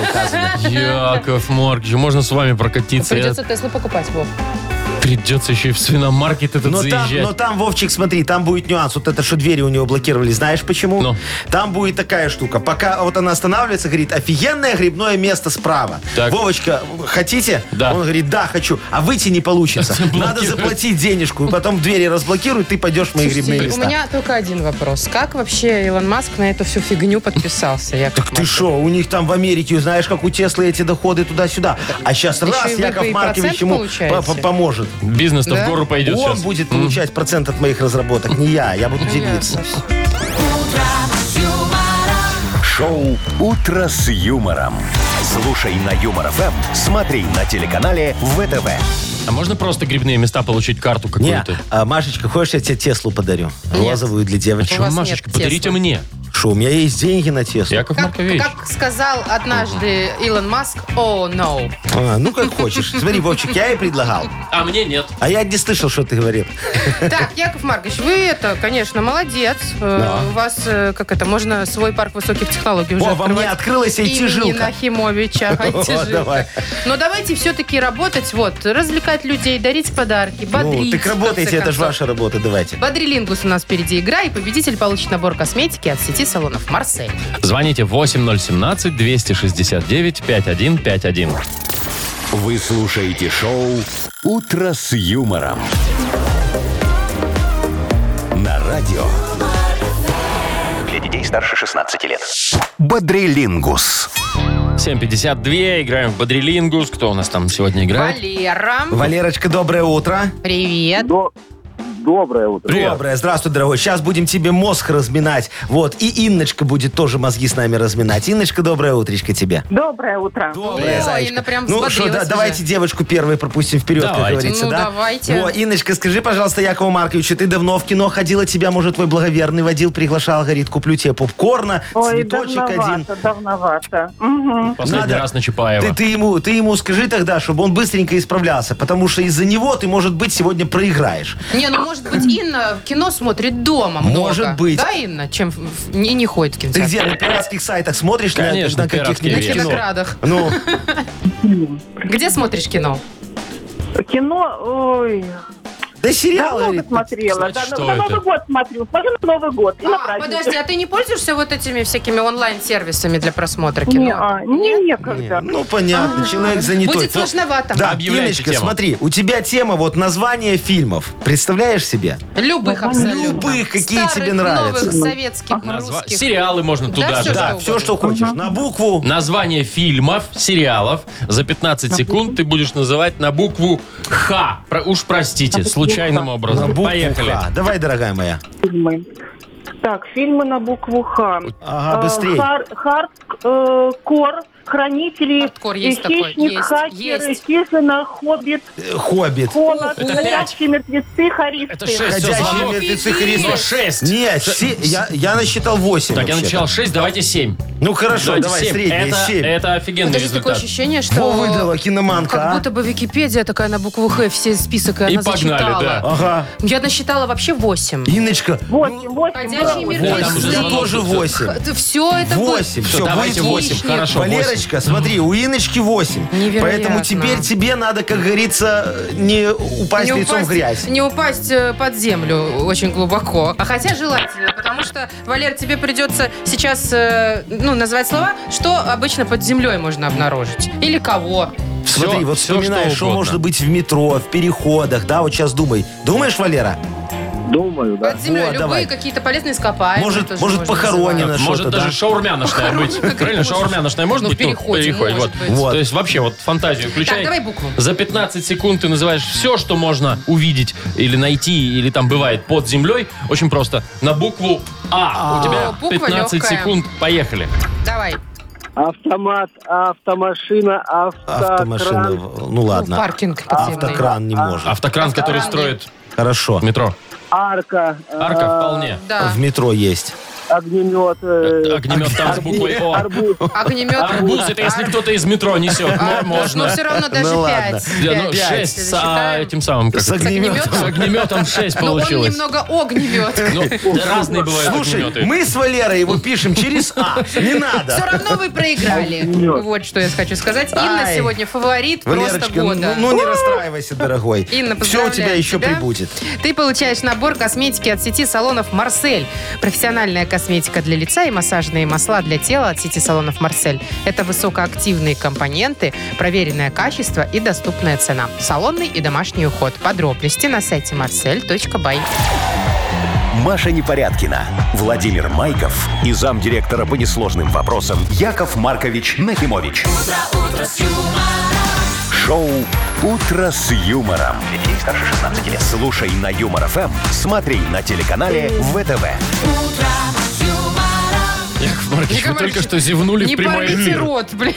[SPEAKER 1] [laughs]
[SPEAKER 3] указаны.
[SPEAKER 1] Яков Маркович, можно с вами прокатиться?
[SPEAKER 2] Придется Теслу покупать, Вов.
[SPEAKER 1] Я- Придется еще и в свиномаркет этот
[SPEAKER 3] Но Ну, там,
[SPEAKER 1] заезжать.
[SPEAKER 3] но там, Вовчик, смотри, там будет нюанс. Вот это, что двери у него блокировали, знаешь почему?
[SPEAKER 1] Ну.
[SPEAKER 3] Там будет такая штука. Пока вот она останавливается, говорит, офигенное грибное место справа.
[SPEAKER 1] Так.
[SPEAKER 3] Вовочка, хотите?
[SPEAKER 1] Да.
[SPEAKER 3] Он говорит, да, хочу. А выйти
[SPEAKER 1] [laughs]
[SPEAKER 3] не получится. Надо заплатить денежку. И потом двери разблокируют, ты пойдешь в мои грибные
[SPEAKER 2] Слушайте,
[SPEAKER 3] места.
[SPEAKER 2] у меня только один вопрос. Как вообще Илон Маск на эту всю фигню подписался? Яков
[SPEAKER 3] Так ты шо, у них там в Америке, знаешь, как у Теслы эти доходы туда-сюда. А сейчас
[SPEAKER 2] Еще
[SPEAKER 3] раз
[SPEAKER 2] и вы
[SPEAKER 3] Яков
[SPEAKER 2] и
[SPEAKER 3] Маркович
[SPEAKER 2] процент
[SPEAKER 3] ему
[SPEAKER 2] получаете?
[SPEAKER 3] по- по- поможет.
[SPEAKER 1] Бизнес-то в
[SPEAKER 2] Да?
[SPEAKER 1] гору пойдет
[SPEAKER 3] ну, Он
[SPEAKER 1] сейчас.
[SPEAKER 3] будет получать процент от моих разработок, не я. Я буду делиться.
[SPEAKER 4] Шоу «Утро с юмором». Слушай на Юмор ФМ, смотри на телеканале ВТВ.
[SPEAKER 1] А можно просто грибные места получить карту
[SPEAKER 3] Не,
[SPEAKER 1] какую-то?
[SPEAKER 3] а, Машечка, хочешь, я тебе Теслу подарю? Розовую для девочек.
[SPEAKER 2] У вас
[SPEAKER 1] Машечка,
[SPEAKER 2] нет
[SPEAKER 1] подарите
[SPEAKER 2] Теслы.
[SPEAKER 1] мне.
[SPEAKER 3] Шо, у меня есть деньги на Теслу.
[SPEAKER 1] Яков
[SPEAKER 2] Как,
[SPEAKER 1] Маркович.
[SPEAKER 2] как сказал однажды Илон Маск, о, no.
[SPEAKER 3] А, ну, как хочешь. Смотри, Вовчик, я ей предлагал.
[SPEAKER 1] А мне нет.
[SPEAKER 3] А я не слышал, что ты говорил. Ну,
[SPEAKER 2] Так, Яков Маркович, вы это, конечно, молодец. Э, У вас, э, как это, можно свой парк высоких технологий уже
[SPEAKER 3] О, во мне
[SPEAKER 2] открывать.
[SPEAKER 3] открылась
[SPEAKER 2] имени
[SPEAKER 3] IT-жилка.
[SPEAKER 2] Нахимовича.
[SPEAKER 3] [laughs] Вот, давай.
[SPEAKER 2] Но давайте все-таки работать, вот, развлекать людей, дарить подарки,
[SPEAKER 3] Ну,
[SPEAKER 2] бодрить.
[SPEAKER 3] так
[SPEAKER 2] в конце
[SPEAKER 3] работайте, это
[SPEAKER 2] концов.
[SPEAKER 3] же ваша работа, давайте.
[SPEAKER 2] Бодрилингус у нас впереди игра, и победитель получит набор косметики от сети салонов Марсель.
[SPEAKER 1] Звоните 8017-269-5151.
[SPEAKER 4] Вы слушаете шоу «Утро с юмором». На радио
[SPEAKER 5] Для детей старше 16 лет.
[SPEAKER 4] «Бодрилингус».
[SPEAKER 1] 7.52, играем в Бодрилингус. Кто у нас там сегодня
[SPEAKER 3] Э,
[SPEAKER 1] играет?
[SPEAKER 2] Валера,
[SPEAKER 3] Валерочка, доброе утро.
[SPEAKER 2] привет.
[SPEAKER 6] До- Ну, Доброе утро.
[SPEAKER 1] Привет.
[SPEAKER 3] Доброе, здравствуй, дорогой. Сейчас будем тебе мозг разминать. Вот, и Инночка будет тоже мозги с нами разминать. Инночка, доброе утречко тебе.
[SPEAKER 7] Доброе утро.
[SPEAKER 3] Доброе,
[SPEAKER 2] Ой,
[SPEAKER 3] зайчка.
[SPEAKER 2] Инна прям
[SPEAKER 3] Ну
[SPEAKER 2] взбодрилась
[SPEAKER 3] что, да,
[SPEAKER 2] уже.
[SPEAKER 3] давайте девочку первой пропустим вперед, как
[SPEAKER 1] Давайте.
[SPEAKER 3] говорится,
[SPEAKER 2] Ну,
[SPEAKER 3] да?
[SPEAKER 2] давайте.
[SPEAKER 3] Во, Инночка, скажи, пожалуйста, Якову Марковичу, ты давно в кино ходила, тебя, может, твой благоверный водил, приглашал, говорит, куплю тебе попкорна,
[SPEAKER 7] Ой,
[SPEAKER 3] цветочек один.
[SPEAKER 7] давновато, давновато. Мгм.
[SPEAKER 1] Последний
[SPEAKER 3] Надо.
[SPEAKER 1] раз на Чапаева.
[SPEAKER 3] Ты, ты ему, ты ему скажи тогда, чтобы он быстренько исправлялся, потому что из-за него ты, может быть, сегодня проиграешь.
[SPEAKER 2] Не, ну может быть Инна кино смотрит дома много.
[SPEAKER 3] Может быть.
[SPEAKER 2] Да, Инна? Чем в- в- не, не ходит в
[SPEAKER 3] Ты
[SPEAKER 2] кинотеатр.
[SPEAKER 3] где, на пиратских сайтах смотришь? на-
[SPEAKER 1] Конечно,
[SPEAKER 3] на
[SPEAKER 1] пиратские
[SPEAKER 3] каких-нибудь
[SPEAKER 2] На
[SPEAKER 1] вещи.
[SPEAKER 3] кино?
[SPEAKER 2] виноградах.
[SPEAKER 3] Ну,
[SPEAKER 2] Где смотришь кино?
[SPEAKER 7] Кино, ой,
[SPEAKER 3] да сериал,
[SPEAKER 7] давно
[SPEAKER 3] говорит.
[SPEAKER 7] смотрела.
[SPEAKER 1] Кстати,
[SPEAKER 7] да, ну,
[SPEAKER 1] что
[SPEAKER 7] на, на
[SPEAKER 1] это?
[SPEAKER 7] Новый год смотрю. Смотрю на Новый год и на
[SPEAKER 2] А,
[SPEAKER 7] праздники.
[SPEAKER 2] подожди, а ты не пользуешься вот этими всякими онлайн-сервисами для просмотра
[SPEAKER 7] Не,
[SPEAKER 2] кино?
[SPEAKER 7] а, не, некогда.
[SPEAKER 3] Ну, понятно, человек занятой.
[SPEAKER 2] А, Будет
[SPEAKER 3] Вот,
[SPEAKER 2] сложновато.
[SPEAKER 3] Да,
[SPEAKER 1] Объявляйте
[SPEAKER 3] Инночка,
[SPEAKER 1] тему.
[SPEAKER 3] смотри, у тебя тема вот название фильмов. Представляешь себе?
[SPEAKER 2] Любых
[SPEAKER 7] Ну,
[SPEAKER 2] абсолютно.
[SPEAKER 3] Любых, какие
[SPEAKER 2] Старых,
[SPEAKER 3] тебе нравятся.
[SPEAKER 2] новых, советских,
[SPEAKER 1] Назва-
[SPEAKER 2] русских.
[SPEAKER 1] Сериалы можно
[SPEAKER 2] Да,
[SPEAKER 1] туда
[SPEAKER 2] всё,
[SPEAKER 1] же.
[SPEAKER 2] что
[SPEAKER 3] Да, все, что хочешь.
[SPEAKER 1] Ну,
[SPEAKER 3] На букву.
[SPEAKER 1] Название фильмов, сериалов за 15 секунд ты будешь называть на букву Х. Про- уж простите, случайным
[SPEAKER 3] На
[SPEAKER 1] образом.
[SPEAKER 3] букву
[SPEAKER 1] Поехали.
[SPEAKER 3] «Х». Давай, дорогая моя.
[SPEAKER 7] Фильмы. Так, фильмы на букву Х.
[SPEAKER 2] Э,
[SPEAKER 7] Э,
[SPEAKER 3] Ага, быстрее.
[SPEAKER 7] Хардкор, э, Хранители,
[SPEAKER 2] Hardcore есть
[SPEAKER 7] э,
[SPEAKER 2] такой,
[SPEAKER 7] Хищник,
[SPEAKER 2] есть,
[SPEAKER 7] Хакеры,
[SPEAKER 2] есть.
[SPEAKER 7] Хижина, Хоббит,
[SPEAKER 3] Э, Хоббит.
[SPEAKER 7] Холод,
[SPEAKER 1] пять.
[SPEAKER 7] Горячие мертвецы, Харисты.
[SPEAKER 1] Это 6
[SPEAKER 3] Ходячие мертвецы Христа.
[SPEAKER 1] Но 6.
[SPEAKER 3] Нет, се- я, я насчитал 8
[SPEAKER 1] Так, я начал 6, давайте 7.
[SPEAKER 3] Ну хорошо, давай, средняя,
[SPEAKER 1] это,
[SPEAKER 3] 7.
[SPEAKER 1] это офигенный
[SPEAKER 2] Подожди, А такое
[SPEAKER 1] результат.
[SPEAKER 2] ощущение, что...
[SPEAKER 3] Что выдала киноманка,
[SPEAKER 2] Как
[SPEAKER 3] а?
[SPEAKER 2] будто бы Википедия такая на букву Х, все список, и,
[SPEAKER 1] И
[SPEAKER 2] она
[SPEAKER 1] погнали,
[SPEAKER 2] зачитала.
[SPEAKER 1] да.
[SPEAKER 3] Ага.
[SPEAKER 2] Я насчитала вообще 8.
[SPEAKER 3] Инночка.
[SPEAKER 7] Восемь,
[SPEAKER 2] Ну,
[SPEAKER 7] восемь,
[SPEAKER 2] Ходячие
[SPEAKER 7] было восемь.
[SPEAKER 2] мертвецы.
[SPEAKER 1] Да, там
[SPEAKER 3] восемь.
[SPEAKER 1] уже
[SPEAKER 3] Я
[SPEAKER 1] звонок
[SPEAKER 3] тоже
[SPEAKER 1] идет.
[SPEAKER 3] 8.
[SPEAKER 2] Все это будет-
[SPEAKER 3] Восемь.
[SPEAKER 1] Всё,
[SPEAKER 3] Всё,
[SPEAKER 1] давайте
[SPEAKER 3] будет
[SPEAKER 1] 8,
[SPEAKER 2] хищник.
[SPEAKER 1] хорошо, 8.
[SPEAKER 3] Валерочка, смотри, у Иночки 8.
[SPEAKER 2] Невероятно.
[SPEAKER 3] Поэтому теперь тебе надо, как говорится, не упасть лицом в грязь.
[SPEAKER 2] не упасть, э, под землю очень глубоко. А хотя желательно, потому что, Валер, тебе придется сейчас э, ну, назвать слова, что обычно под землей можно обнаружить. Или кого.
[SPEAKER 1] Всё,
[SPEAKER 3] Смотри, вот
[SPEAKER 1] всё,
[SPEAKER 3] вспоминаешь, что,
[SPEAKER 1] угодно.
[SPEAKER 3] может быть в метро, в переходах, да, вот сейчас думай. Думаешь, Валера?
[SPEAKER 6] Думаю, да.
[SPEAKER 2] Под землей
[SPEAKER 3] Вот,
[SPEAKER 2] любые
[SPEAKER 3] давай.
[SPEAKER 2] какие-то полезные ископаемые.
[SPEAKER 3] Может,
[SPEAKER 2] тоже
[SPEAKER 3] может,
[SPEAKER 2] можно
[SPEAKER 3] похоронено.
[SPEAKER 2] называть.
[SPEAKER 3] на
[SPEAKER 1] Может
[SPEAKER 3] что-то,
[SPEAKER 1] даже
[SPEAKER 3] да?
[SPEAKER 1] шаурмяночная
[SPEAKER 2] [laughs]
[SPEAKER 1] быть. Правильно, шаурмяночная может
[SPEAKER 2] Ну,
[SPEAKER 1] быть?
[SPEAKER 2] в переходе,
[SPEAKER 1] переходе,
[SPEAKER 2] может
[SPEAKER 1] вот.
[SPEAKER 2] быть.
[SPEAKER 3] Вот.
[SPEAKER 1] То есть вообще вот фантазию включай.
[SPEAKER 2] Так, давай букву.
[SPEAKER 1] За 15 секунд ты называешь все, что можно увидеть или найти, или там бывает под землей. Очень просто. На букву А. У тебя
[SPEAKER 2] Буква
[SPEAKER 1] 15
[SPEAKER 2] легкая.
[SPEAKER 1] секунд. Поехали.
[SPEAKER 2] Давай.
[SPEAKER 6] Автомат, автомашина,
[SPEAKER 3] Автомашина.
[SPEAKER 6] автокран.
[SPEAKER 3] Ну
[SPEAKER 2] Ну,
[SPEAKER 3] ладно.
[SPEAKER 2] Паркинг. подземный.
[SPEAKER 3] Автокран не может.
[SPEAKER 1] Автокран, который
[SPEAKER 2] Автокран.
[SPEAKER 1] строит
[SPEAKER 3] Хорошо.
[SPEAKER 1] метро.
[SPEAKER 6] Арка. э,
[SPEAKER 1] Арка вполне.
[SPEAKER 2] Да.
[SPEAKER 3] В метро есть.
[SPEAKER 6] Огнемет. э,
[SPEAKER 1] Огнемет там с буквой О.
[SPEAKER 6] Арбуз.
[SPEAKER 2] Огнемет.
[SPEAKER 1] Арбуз, это А если кто-то из метро несет.
[SPEAKER 2] А,
[SPEAKER 1] Ну, можно.
[SPEAKER 2] Но все равно даже
[SPEAKER 3] Ну, ладно.
[SPEAKER 2] пять.
[SPEAKER 1] Я, ну,
[SPEAKER 2] Пять.
[SPEAKER 1] шесть
[SPEAKER 2] Если
[SPEAKER 1] с а,
[SPEAKER 2] засчитаем.
[SPEAKER 1] этим самым. Как
[SPEAKER 3] С
[SPEAKER 1] это?
[SPEAKER 2] [laughs]
[SPEAKER 3] огнеметом.
[SPEAKER 1] С огнеметом 6
[SPEAKER 2] Но Ну, он
[SPEAKER 1] получилось.
[SPEAKER 2] немного огневет.
[SPEAKER 1] Ну, да разные бывают
[SPEAKER 3] Слушай,
[SPEAKER 1] огнеметы.
[SPEAKER 3] мы с Валерой его пишем через А. Не
[SPEAKER 2] Все
[SPEAKER 3] надо.
[SPEAKER 2] равно вы проиграли. Вот что я хочу сказать. Инна
[SPEAKER 3] Ай.
[SPEAKER 2] сегодня фаворит просто
[SPEAKER 3] Валерочка, ну,
[SPEAKER 2] года.
[SPEAKER 3] ну не расстраивайся, дорогой.
[SPEAKER 2] Инна,
[SPEAKER 3] Все у
[SPEAKER 2] поздравляю
[SPEAKER 3] тебя еще
[SPEAKER 2] тебя.
[SPEAKER 3] прибудет.
[SPEAKER 2] Ты получаешь набор косметики от сети салонов «Марсель». Профессиональная косметика для лица и массажные масла для тела от сети салонов «Марсель». Это высокоактивные компоненты, проверенное качество и доступная цена. Салонный и домашний уход. Подробности на сайте marsel.by.
[SPEAKER 4] Маша Непорядкина, Владимир Майков и замдиректора по несложным вопросам Яков Маркович Нахимович. Шоу Утро с юмором.
[SPEAKER 5] Для детей старше 16 лет.
[SPEAKER 4] Слушай на юмор ФМ, смотри на телеканале ВТВ.
[SPEAKER 1] Яков Маркович, вы
[SPEAKER 2] Яков
[SPEAKER 1] только
[SPEAKER 2] Маркович,
[SPEAKER 1] что зевнули в
[SPEAKER 2] Не
[SPEAKER 1] прямой
[SPEAKER 2] порвите
[SPEAKER 1] эфир.
[SPEAKER 2] рот,
[SPEAKER 1] [laughs]
[SPEAKER 2] блин.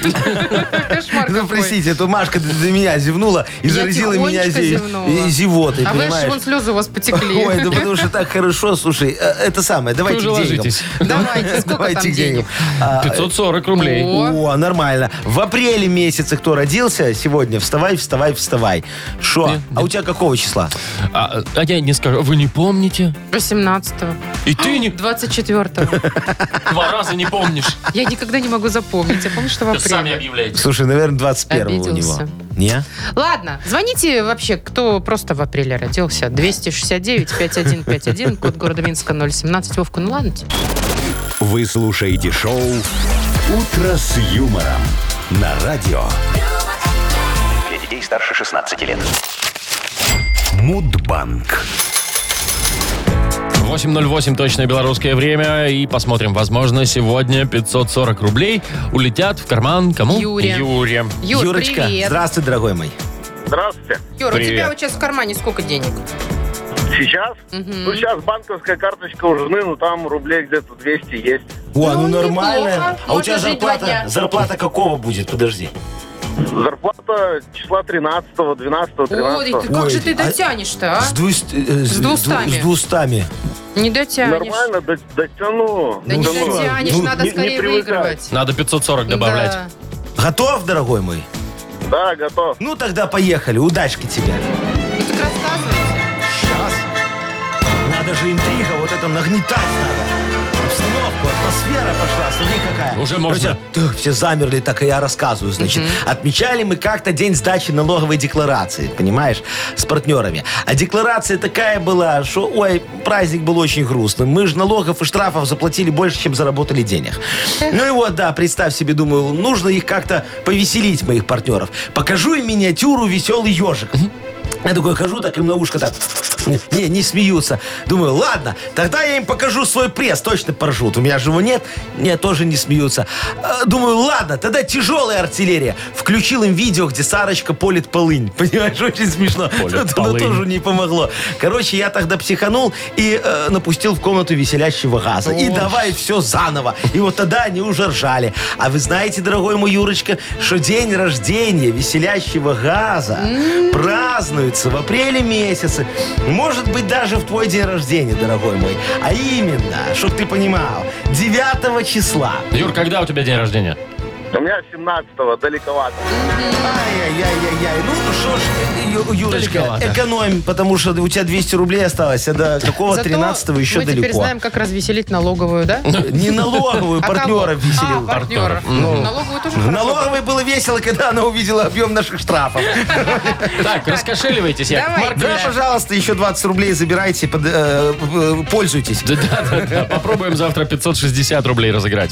[SPEAKER 2] Кошмар
[SPEAKER 3] Ну,
[SPEAKER 2] какой.
[SPEAKER 3] простите, это Машка для меня зевнула и
[SPEAKER 2] Я
[SPEAKER 3] заразила меня
[SPEAKER 2] тихонечко
[SPEAKER 3] зе-
[SPEAKER 2] зевнула.
[SPEAKER 3] и зевотой,
[SPEAKER 2] А вы же
[SPEAKER 3] понимаешь?
[SPEAKER 2] вон слезы у вас потекли.
[SPEAKER 3] Ой,
[SPEAKER 2] [laughs]
[SPEAKER 3] да потому что так хорошо, слушай, э, это самое, давайте
[SPEAKER 1] уже
[SPEAKER 3] к деньгам.
[SPEAKER 1] ложитесь.
[SPEAKER 2] Давайте, сколько там
[SPEAKER 3] Давайте к деньгам.
[SPEAKER 2] денег?
[SPEAKER 3] А,
[SPEAKER 1] 540 рублей.
[SPEAKER 3] О, нормально. В апреле месяце кто родился сегодня, вставай, вставай, вставай. Шо? А у тебя какого числа?
[SPEAKER 1] А, а я не скажу. Вы не помните?
[SPEAKER 2] 18-го,
[SPEAKER 1] И ты не
[SPEAKER 2] 24-го.
[SPEAKER 1] два раза не
[SPEAKER 2] [laughs]
[SPEAKER 1] помнишь.
[SPEAKER 2] Я никогда не могу запомнить. Я помню, что в
[SPEAKER 1] Сами
[SPEAKER 2] апреле.
[SPEAKER 1] объявляете.
[SPEAKER 3] Слушай, наверное, 21 у него.
[SPEAKER 2] Обиделся.
[SPEAKER 3] Не?
[SPEAKER 2] Ладно, звоните вообще, кто просто в апреле родился. 269-5151, код города Минска 017. Вовка, ну ладно тебе.
[SPEAKER 4] Вы слушаете шоу «Утро с юмором» на радио
[SPEAKER 5] Для детей старше 16 лет.
[SPEAKER 4] Мудбанк.
[SPEAKER 1] 8.08 точное белорусское время. И посмотрим, возможно, сегодня 540 рублей улетят в карман кому?
[SPEAKER 2] Юре.
[SPEAKER 1] Юре.
[SPEAKER 2] Юр,
[SPEAKER 3] Юрочка,
[SPEAKER 2] привет.
[SPEAKER 3] здравствуй, дорогой мой.
[SPEAKER 6] Здравствуйте.
[SPEAKER 2] Юр, у тебя
[SPEAKER 1] привет.
[SPEAKER 2] вот сейчас в кармане сколько денег?
[SPEAKER 6] Сейчас? Ну, сейчас банковская карточка у жены, ну, там рублей где-то 200 есть.
[SPEAKER 3] О,
[SPEAKER 2] Ну,
[SPEAKER 3] ну, нормально.
[SPEAKER 2] неплохо.
[SPEAKER 3] А у тебя
[SPEAKER 2] Можно жить два
[SPEAKER 3] зарплата,
[SPEAKER 2] дня.
[SPEAKER 3] зарплата какого будет? Подожди.
[SPEAKER 6] Зарплата числа 13-го, 12-го,
[SPEAKER 2] Ой,
[SPEAKER 6] 13-го.
[SPEAKER 2] ты как
[SPEAKER 3] Ой,
[SPEAKER 2] же ты
[SPEAKER 3] а-
[SPEAKER 2] дотянешь-то,
[SPEAKER 3] С,
[SPEAKER 2] а?
[SPEAKER 3] двуст- э,
[SPEAKER 2] С двустами.
[SPEAKER 3] С двустами.
[SPEAKER 2] Не дотянешь.
[SPEAKER 6] Нормально, до- дотяну.
[SPEAKER 2] Да не
[SPEAKER 3] Ну,
[SPEAKER 6] Дотяну.
[SPEAKER 2] дотянешь,
[SPEAKER 3] ну,
[SPEAKER 2] надо
[SPEAKER 6] не- не
[SPEAKER 2] скорее
[SPEAKER 6] привыкай.
[SPEAKER 2] выигрывать.
[SPEAKER 1] Надо 540 добавлять.
[SPEAKER 2] Да.
[SPEAKER 3] Готов, дорогой мой?
[SPEAKER 6] Да, готов.
[SPEAKER 3] Ну тогда поехали. Удачки тебе.
[SPEAKER 2] Ну, так рассказывайте.
[SPEAKER 3] Сейчас. Надо же интрига, вот это нагнетать надо. Обстановку, атмосфера пошла, смотри какая.
[SPEAKER 1] Уже можно.
[SPEAKER 3] Короче, тх, все замерли, так и я рассказываю. Значит, отмечали мы как-то день сдачи налоговой декларации, понимаешь, с партнерами. А декларация такая была, что, ой, праздник был очень грустным. Мы же налогов и штрафов заплатили больше, чем заработали денег. Ну и вот, да, представь себе, думаю, нужно их как-то повеселить, моих партнеров. Покажу им миниатюру «Веселый ежик». Я такой хожу, так им на ушко так. Не, не смеются. Думаю, ладно, тогда я им покажу свой пресс, точно поржут. У меня же его нет, мне тоже не смеются. Э, Думаю, ладно, тогда тяжелая артиллерия. Включил им видео, где Сарочка полит полынь. [laughs] Понимаешь, очень смешно.
[SPEAKER 1] Полит
[SPEAKER 3] Но- Но
[SPEAKER 1] полынь.
[SPEAKER 3] тоже не помогло. Короче, я тогда психанул и э, напустил в комнату веселящего газа. И давай все заново. И вот тогда они уже ржали. А вы знаете, дорогой мой Юрочка, что день рождения веселящего газа празднуется в апреле месяце. Может быть, даже в твой день рождения, дорогой мой. А именно, чтоб ты понимал, 9 числа.
[SPEAKER 1] Юр, когда у тебя день рождения?
[SPEAKER 2] [laughs]
[SPEAKER 6] У меня 17-го, далековато.
[SPEAKER 3] Ай-яй-яй-яй-яй. Ну что ж, Ю- Юрочка,
[SPEAKER 1] Далековато.
[SPEAKER 3] экономь, потому что у тебя 200 рублей осталось, а до какого
[SPEAKER 2] Зато
[SPEAKER 3] 13 еще
[SPEAKER 2] мы теперь
[SPEAKER 3] далеко.
[SPEAKER 2] знаем, как развеселить налоговую, да?
[SPEAKER 3] Не налоговую,
[SPEAKER 2] А
[SPEAKER 3] партнеров
[SPEAKER 2] кого? А,
[SPEAKER 3] веселил.
[SPEAKER 2] партнеров. Ну, Налоговую тоже
[SPEAKER 3] В
[SPEAKER 2] хорошо.
[SPEAKER 3] налоговой было весело, когда она увидела объем наших штрафов.
[SPEAKER 1] Так, раскошеливайтесь, я.
[SPEAKER 2] Давай,
[SPEAKER 3] Да, пожалуйста, еще 20 рублей забирайте, под- э, э, пользуйтесь.
[SPEAKER 1] Да-да-да, попробуем завтра 560 рублей разыграть.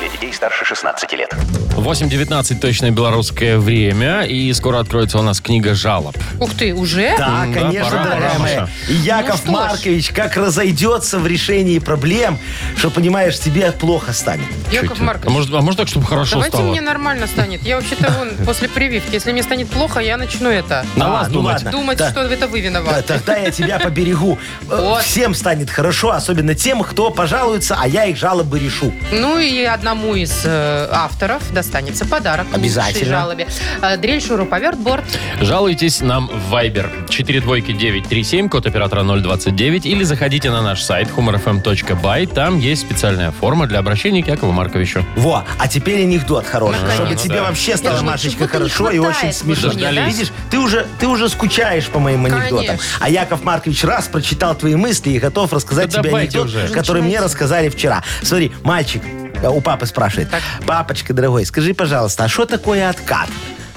[SPEAKER 5] Для детей старше 16 лет.
[SPEAKER 1] 8.19 точное белорусское время, и скоро откроется у нас книга жалоб.
[SPEAKER 2] Ух ты, уже?
[SPEAKER 3] Да,
[SPEAKER 1] М, да,
[SPEAKER 3] конечно,
[SPEAKER 1] пора,
[SPEAKER 3] дорогая
[SPEAKER 1] пора,
[SPEAKER 3] моя.
[SPEAKER 1] Маша.
[SPEAKER 3] И Яков
[SPEAKER 2] Ну что ж.
[SPEAKER 3] Маркович как разойдется в решении проблем, что, понимаешь, тебе плохо станет.
[SPEAKER 2] Яков
[SPEAKER 1] Чуть. А
[SPEAKER 2] Маркович.
[SPEAKER 1] может, а может так, чтобы хорошо
[SPEAKER 2] Давайте
[SPEAKER 1] стало?
[SPEAKER 2] мне нормально станет. Я вообще-то
[SPEAKER 3] [laughs]
[SPEAKER 2] вон после прививки. Если мне станет плохо, я начну это.
[SPEAKER 1] На
[SPEAKER 3] А,
[SPEAKER 1] вас
[SPEAKER 3] ну
[SPEAKER 1] думать.
[SPEAKER 3] ладно.
[SPEAKER 2] Думать,
[SPEAKER 3] Да.
[SPEAKER 2] что это вы
[SPEAKER 3] Да,
[SPEAKER 2] виноваты.
[SPEAKER 3] Тогда я тебя поберегу. Э,
[SPEAKER 2] Вот.
[SPEAKER 3] Всем станет хорошо, особенно тем, кто пожалуется, а я их жалобы решу.
[SPEAKER 2] Ну и одному из э, авторов достанется подарок. к
[SPEAKER 3] Обязательно.
[SPEAKER 2] лучшей жалобе. Э, Дрель, шуруповерт, борт.
[SPEAKER 1] Жалуйтесь нам в Viber 42937, код оператора 029, или заходите на наш сайт humorfm.by. Там есть специальная форма для обращения к Якову Марковичу.
[SPEAKER 3] Во, а теперь анекдот хороший,
[SPEAKER 2] Наконец-то.
[SPEAKER 3] чтобы тебе
[SPEAKER 1] Да.
[SPEAKER 3] вообще стало,
[SPEAKER 2] думаю,
[SPEAKER 3] Машечка,
[SPEAKER 2] чего-то не
[SPEAKER 3] хорошо и
[SPEAKER 2] хватает
[SPEAKER 3] очень смешно.
[SPEAKER 1] вот мне, да?
[SPEAKER 3] Видишь, ты уже, ты уже скучаешь по моим анекдотам.
[SPEAKER 2] Конечно.
[SPEAKER 3] А Яков Маркович раз прочитал твои мысли и готов рассказать
[SPEAKER 1] Да
[SPEAKER 3] тебе
[SPEAKER 1] давайте
[SPEAKER 3] анекдот,
[SPEAKER 1] уже.
[SPEAKER 3] который мне рассказали вчера. Смотри, мальчик э, у папы спрашивает, папочка дорогой, скажи, пожалуйста, а что такое откат?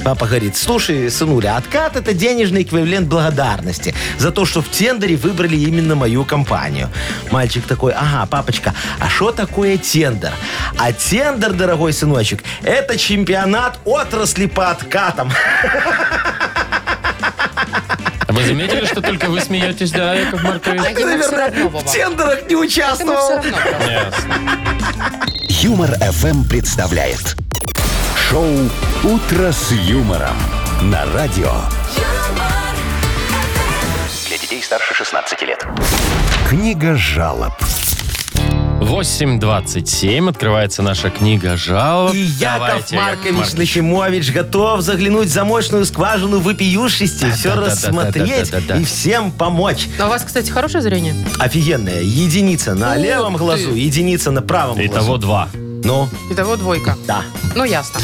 [SPEAKER 3] Папа говорит, слушай, сынуля, откат – это денежный эквивалент благодарности за то, что в тендере выбрали именно мою компанию. Мальчик такой, ага, папочка, а что такое тендер? А тендер, дорогой сыночек, это чемпионат отрасли по откатам.
[SPEAKER 1] Вы заметили, что только вы смеетесь, да, Яков
[SPEAKER 2] А
[SPEAKER 1] Маркович?
[SPEAKER 2] ему все равно,
[SPEAKER 3] В
[SPEAKER 2] Вова.
[SPEAKER 3] тендерах не
[SPEAKER 2] Ему все
[SPEAKER 3] участвовал.
[SPEAKER 2] равно. правда.
[SPEAKER 1] Ясно.
[SPEAKER 4] Юмор FM представляет шоу Утро с юмором на радио.
[SPEAKER 5] Для детей старше 16 лет.
[SPEAKER 4] Книга жалоб.
[SPEAKER 1] 8.27 открывается наша книга жалоб.
[SPEAKER 3] И Яков
[SPEAKER 1] Давайте,
[SPEAKER 3] Маркович
[SPEAKER 1] Маркович.
[SPEAKER 3] Нахимович готов заглянуть в замочную скважину выпиющести,
[SPEAKER 1] да,
[SPEAKER 3] все
[SPEAKER 1] да,
[SPEAKER 3] рассмотреть
[SPEAKER 1] да, да, да, да.
[SPEAKER 3] и всем помочь.
[SPEAKER 2] А у вас, кстати, хорошее зрение?
[SPEAKER 3] Офигенная. Единица на
[SPEAKER 2] Ух
[SPEAKER 3] левом
[SPEAKER 2] ты.
[SPEAKER 3] глазу, единица на правом
[SPEAKER 1] Итого
[SPEAKER 3] глазу.
[SPEAKER 1] два.
[SPEAKER 3] Ну,
[SPEAKER 2] Итого двойка.
[SPEAKER 3] да.
[SPEAKER 2] Ну, ясно.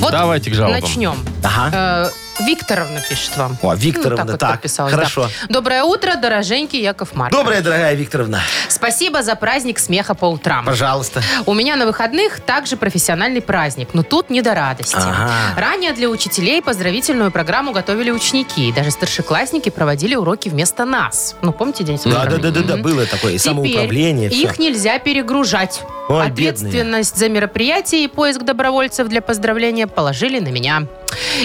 [SPEAKER 2] Вот
[SPEAKER 1] Давайте к жалобам.
[SPEAKER 2] начнем.
[SPEAKER 3] Ага.
[SPEAKER 2] Э, Викторовна пишет вам.
[SPEAKER 3] А?
[SPEAKER 2] Ну,
[SPEAKER 3] О, Викторовна,
[SPEAKER 2] вот
[SPEAKER 3] так,
[SPEAKER 2] подписалась,
[SPEAKER 3] хорошо.
[SPEAKER 2] да. Доброе утро, дороженький Яков Маркович.
[SPEAKER 3] Добрая, дорогая Викторовна.
[SPEAKER 2] Спасибо за праздник смеха по утрам.
[SPEAKER 3] Пожалуйста.
[SPEAKER 2] У меня на выходных также профессиональный праздник, но тут не до радости.
[SPEAKER 3] Ага.
[SPEAKER 2] Ранее для учителей поздравительную программу готовили ученики. и Даже старшеклассники проводили уроки вместо нас. Ну, помните, День
[SPEAKER 3] Да,
[SPEAKER 2] Сурганова?
[SPEAKER 3] да, да, да, да, было такое. И
[SPEAKER 2] Теперь
[SPEAKER 3] самоуправление. всё.
[SPEAKER 2] их нельзя перегружать.
[SPEAKER 3] Ой,
[SPEAKER 2] Ответственность за мероприятие и поиск добровольцев для поздравления положили на меня.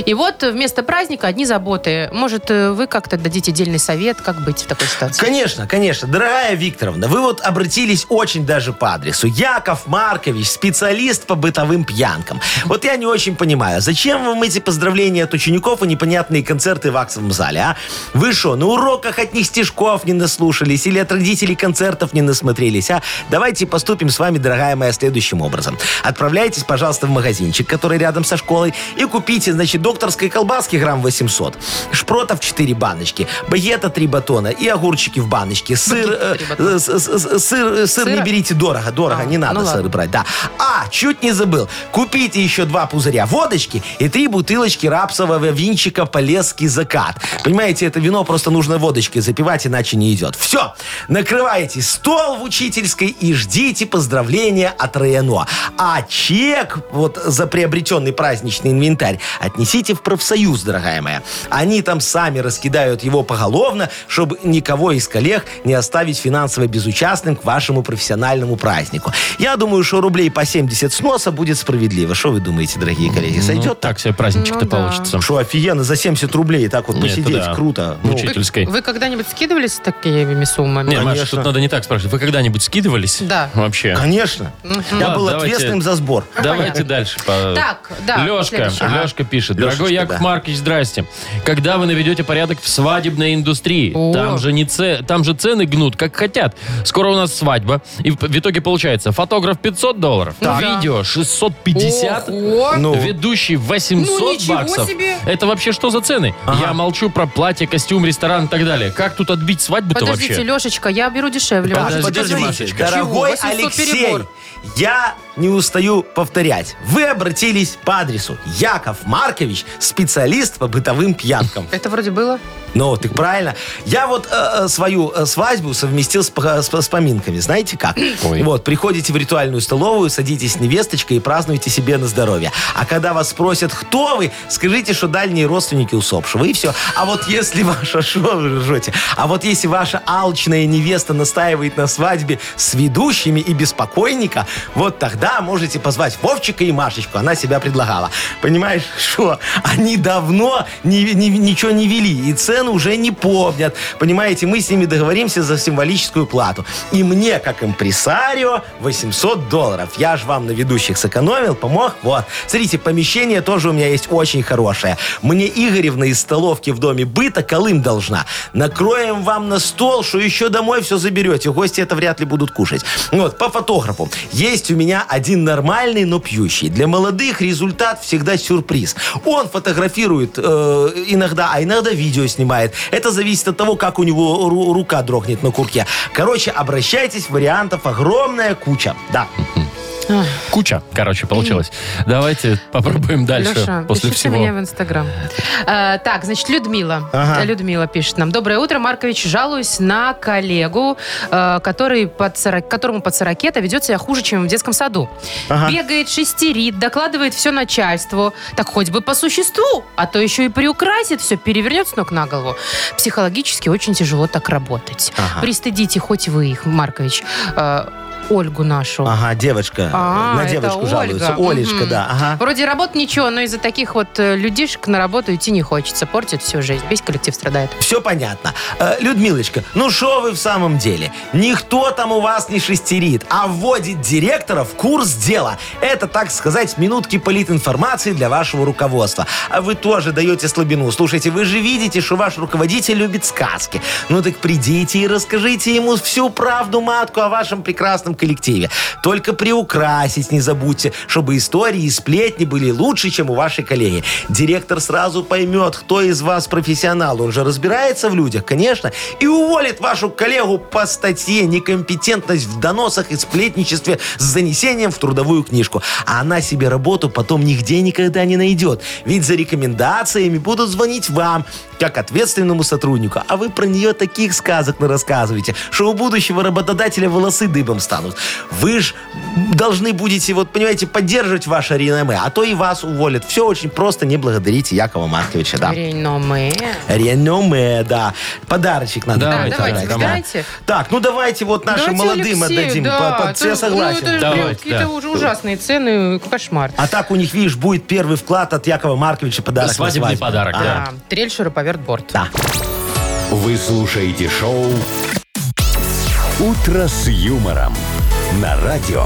[SPEAKER 2] И вот вместо праздника одни заботы. Может, э, вы как-то дадите дельный совет, как быть в такой ситуации?
[SPEAKER 3] Конечно, конечно. Дорогая Викторовна, вы вот обратились очень даже по адресу. Яков Маркович, специалист по бытовым пьянкам. Вот я не очень понимаю, зачем вам эти поздравления от учеников и непонятные концерты в аксовом зале, а? Вы что, на уроках от них стишков не наслушались или от родителей концертов не насмотрелись, а? Давайте поступим с вами, дорогая моя, следующим образом. Отправляйтесь, пожалуйста, в магазинчик, который рядом со школой, и купите, значит, докторской колбаски грамм 800, шпротов 4 баночки, багета 3 батона и огурчики в баночке. Сыр, э,
[SPEAKER 2] три батона.
[SPEAKER 3] э, с- с- с- сыр, сыр не
[SPEAKER 2] Сыра?
[SPEAKER 3] берите дорого, дорого,
[SPEAKER 2] А,
[SPEAKER 3] не надо
[SPEAKER 2] ну
[SPEAKER 3] сыр
[SPEAKER 2] ладно.
[SPEAKER 3] брать, да. А, чуть не забыл. Купите еще два пузыря водочки и три бутылочки рапсового винчика «Полесский закат». Понимаете, это вино просто нужно водочки запивать, иначе не идет. Все, накрываете стол в учительской и ждите поздравления от Рено. А чек вот за приобретенный праздничный инвентарь отнесите в профсоюз, дорогая моя. Они там сами раскидают его поголовно, чтобы никого из коллег не оставить финансово безучастным к вашему профессиональному празднику. Я думаю, что рублей по 70 сноса будет справедливо. Что вы думаете, дорогие коллеги,
[SPEAKER 1] Ну,
[SPEAKER 3] сойдет так?
[SPEAKER 1] так себе праздничек-то
[SPEAKER 2] Ну да.
[SPEAKER 1] получится.
[SPEAKER 3] Что офигенно, за 70 рублей так вот
[SPEAKER 1] Нет,
[SPEAKER 3] посидеть,
[SPEAKER 1] да.
[SPEAKER 3] круто.
[SPEAKER 1] В
[SPEAKER 3] Ну,
[SPEAKER 1] учительской.
[SPEAKER 2] Вы когда-нибудь скидывались с такими суммами?
[SPEAKER 1] Не, Маш,
[SPEAKER 3] конечно.
[SPEAKER 1] тут надо не так спрашивать. Вы когда-нибудь скидывались?
[SPEAKER 2] Да.
[SPEAKER 1] Вообще.
[SPEAKER 3] Конечно. Я
[SPEAKER 1] Ладно,
[SPEAKER 3] был
[SPEAKER 1] давайте.
[SPEAKER 3] ответственным за сбор.
[SPEAKER 1] Давайте дальше. по-
[SPEAKER 2] Так, да,
[SPEAKER 1] Лешка,
[SPEAKER 2] следующее.
[SPEAKER 1] Лешка пишет.
[SPEAKER 3] Лешечка,
[SPEAKER 1] Дорогой Яков
[SPEAKER 3] да.
[SPEAKER 1] Маркович, здрасте. Когда вы наведете порядок в свадебной индустрии?
[SPEAKER 2] О.
[SPEAKER 1] Там же, не це- там же цены гнут, как хотят. Скоро у нас свадьба. И в, в итоге получается, фотограф 500 долларов,
[SPEAKER 2] Так.
[SPEAKER 1] видео 650,
[SPEAKER 2] Ну Ого!
[SPEAKER 3] Ну.
[SPEAKER 1] ведущий 800
[SPEAKER 2] Ну, ничего
[SPEAKER 1] баксов.
[SPEAKER 2] себе!
[SPEAKER 1] Это вообще что за цены? Я молчу про платье, костюм, ресторан и так далее. Как тут отбить свадьбу-то
[SPEAKER 2] Подождите,
[SPEAKER 1] вообще?
[SPEAKER 2] Лешечка, я беру дешевле.
[SPEAKER 1] Подожди,
[SPEAKER 2] Может быть,
[SPEAKER 1] подожди,
[SPEAKER 2] вы-
[SPEAKER 1] Машечка.
[SPEAKER 3] Дорогой
[SPEAKER 2] Чего? 800
[SPEAKER 3] Алексей,
[SPEAKER 2] перебор.
[SPEAKER 3] я не устаю повторять. Вы обратились по адресу. Яков Маркович, специалист по бытовым пьянкам.
[SPEAKER 2] Это вроде было.
[SPEAKER 3] Ну, так правильно. Я вот э, э, свою э, свадьбу совместил с, пох- с- с поминками. Знаете как?
[SPEAKER 1] Ой.
[SPEAKER 3] Вот, приходите в ритуальную столовую, садитесь с невесточкой и празднуйте себе на здоровье. А когда вас спросят, кто вы, скажите, что дальние родственники усопшего, и все. А вот если ваша... [laughs] Что вы ржете? А вот если ваша алчная невеста настаивает на свадьбе с ведущими и беспокойника, вот тогда можете позвать Вовчика и Машечку. Она себя предлагала. Понимаешь, [laughs] что? Они давно ни- ни- ничего не вели, и цены уже не помнят. Понимаете, мы с ними договоримся за символическую плату. И мне, как импресарио, 800 долларов. Я же вам на ведущих сэкономил, помог. Вот. Смотрите, помещение тоже у меня есть очень хорошее. Мне Игоревна из столовки в доме быта Колым должна. Накроем вам на стол, что еще домой все заберете. Гости это вряд ли будут кушать. Ну Вот, по фотографу. Есть у меня один нормальный, но пьющий. Для молодых результат всегда сюрприз. Он фотографирует э, иногда, а иногда видео снимает. Это зависит от того, как у него ру- рука дрогнет на курке. Короче, обращайтесь, вариантов огромная куча. Да.
[SPEAKER 1] Куча, короче, получилось. Давайте попробуем дальше
[SPEAKER 2] Леша,
[SPEAKER 1] после
[SPEAKER 2] пишите
[SPEAKER 1] всего.
[SPEAKER 2] мне в Инстаграм. Э, так, значит, Людмила. Э,
[SPEAKER 3] Ага.
[SPEAKER 2] Людмила пишет нам. Доброе утро, Маркович. Жалуюсь на коллегу, э, который под сорок- которому под 40 ведет себя хуже, чем в детском саду. Бегает, шестерит, докладывает все начальству. Так хоть бы по существу, а то еще и приукрасит все, перевернет с ног на голову. Психологически очень тяжело так работать.
[SPEAKER 3] Ага.
[SPEAKER 2] Пристыдите хоть вы их, Маркович. Э, Ольгу нашу.
[SPEAKER 3] Ага, девочка.
[SPEAKER 2] А,
[SPEAKER 3] на
[SPEAKER 2] это
[SPEAKER 3] девочку
[SPEAKER 2] Ольга.
[SPEAKER 3] жалуется. Олечка,
[SPEAKER 2] Мгм.
[SPEAKER 3] да. Ага.
[SPEAKER 2] Вроде работа ничего, но из-за таких вот э, людишек на работу идти не хочется. Портит всю жизнь. Весь коллектив страдает.
[SPEAKER 3] Все понятно. Э, Людмилочка, ну что вы в самом деле? Никто там у вас не шестерит, а вводит директора в курс дела. Это, так сказать, минутки политинформации для вашего руководства. А вы тоже даете слабину. Слушайте, вы же видите, что ваш руководитель любит сказки. Ну так придите и расскажите ему всю правду матку о вашем прекрасном прекрасном коллективе. Только приукрасить не забудьте, чтобы истории и сплетни были лучше, чем у вашей коллеги. Директор сразу поймет, кто из вас профессионал. Он же разбирается в людях, конечно, и уволит вашу коллегу по статье «Некомпетентность в доносах и сплетничестве с занесением в трудовую книжку». А она себе работу потом нигде никогда не найдет. Ведь за рекомендациями будут звонить вам, как ответственному сотруднику. А вы про нее таких сказок рассказываете, что у будущего работодателя волосы дыбом станут. Вы же должны будете, вот понимаете, поддерживать ваше реноме, а то и вас уволят. Все очень просто, не благодарите Якова Марковича, да.
[SPEAKER 2] Реноме.
[SPEAKER 3] Реноме, да. Подарочек надо.
[SPEAKER 1] Да,
[SPEAKER 3] будет
[SPEAKER 1] давайте,
[SPEAKER 3] отдать, да.
[SPEAKER 2] давайте.
[SPEAKER 3] Так, ну давайте вот нашим
[SPEAKER 2] Давайте
[SPEAKER 3] молодым
[SPEAKER 2] Алексею,
[SPEAKER 3] отдадим.
[SPEAKER 2] да.
[SPEAKER 3] по- по-
[SPEAKER 2] То
[SPEAKER 3] все
[SPEAKER 2] есть, Ну, это
[SPEAKER 3] согласен.
[SPEAKER 2] же прям
[SPEAKER 1] Давайте,
[SPEAKER 2] какие-то
[SPEAKER 1] да.
[SPEAKER 2] уже ужасные цены, кошмар.
[SPEAKER 3] А так у них, видишь, будет первый вклад от Якова Марковича подарок. на
[SPEAKER 1] Свадебный
[SPEAKER 3] свадьбу.
[SPEAKER 1] подарок,
[SPEAKER 3] А,
[SPEAKER 1] да.
[SPEAKER 2] А, Трель, шуруповерт, борт.
[SPEAKER 3] Да.
[SPEAKER 4] Вы слушаете шоу «Утро с юмором» на радио.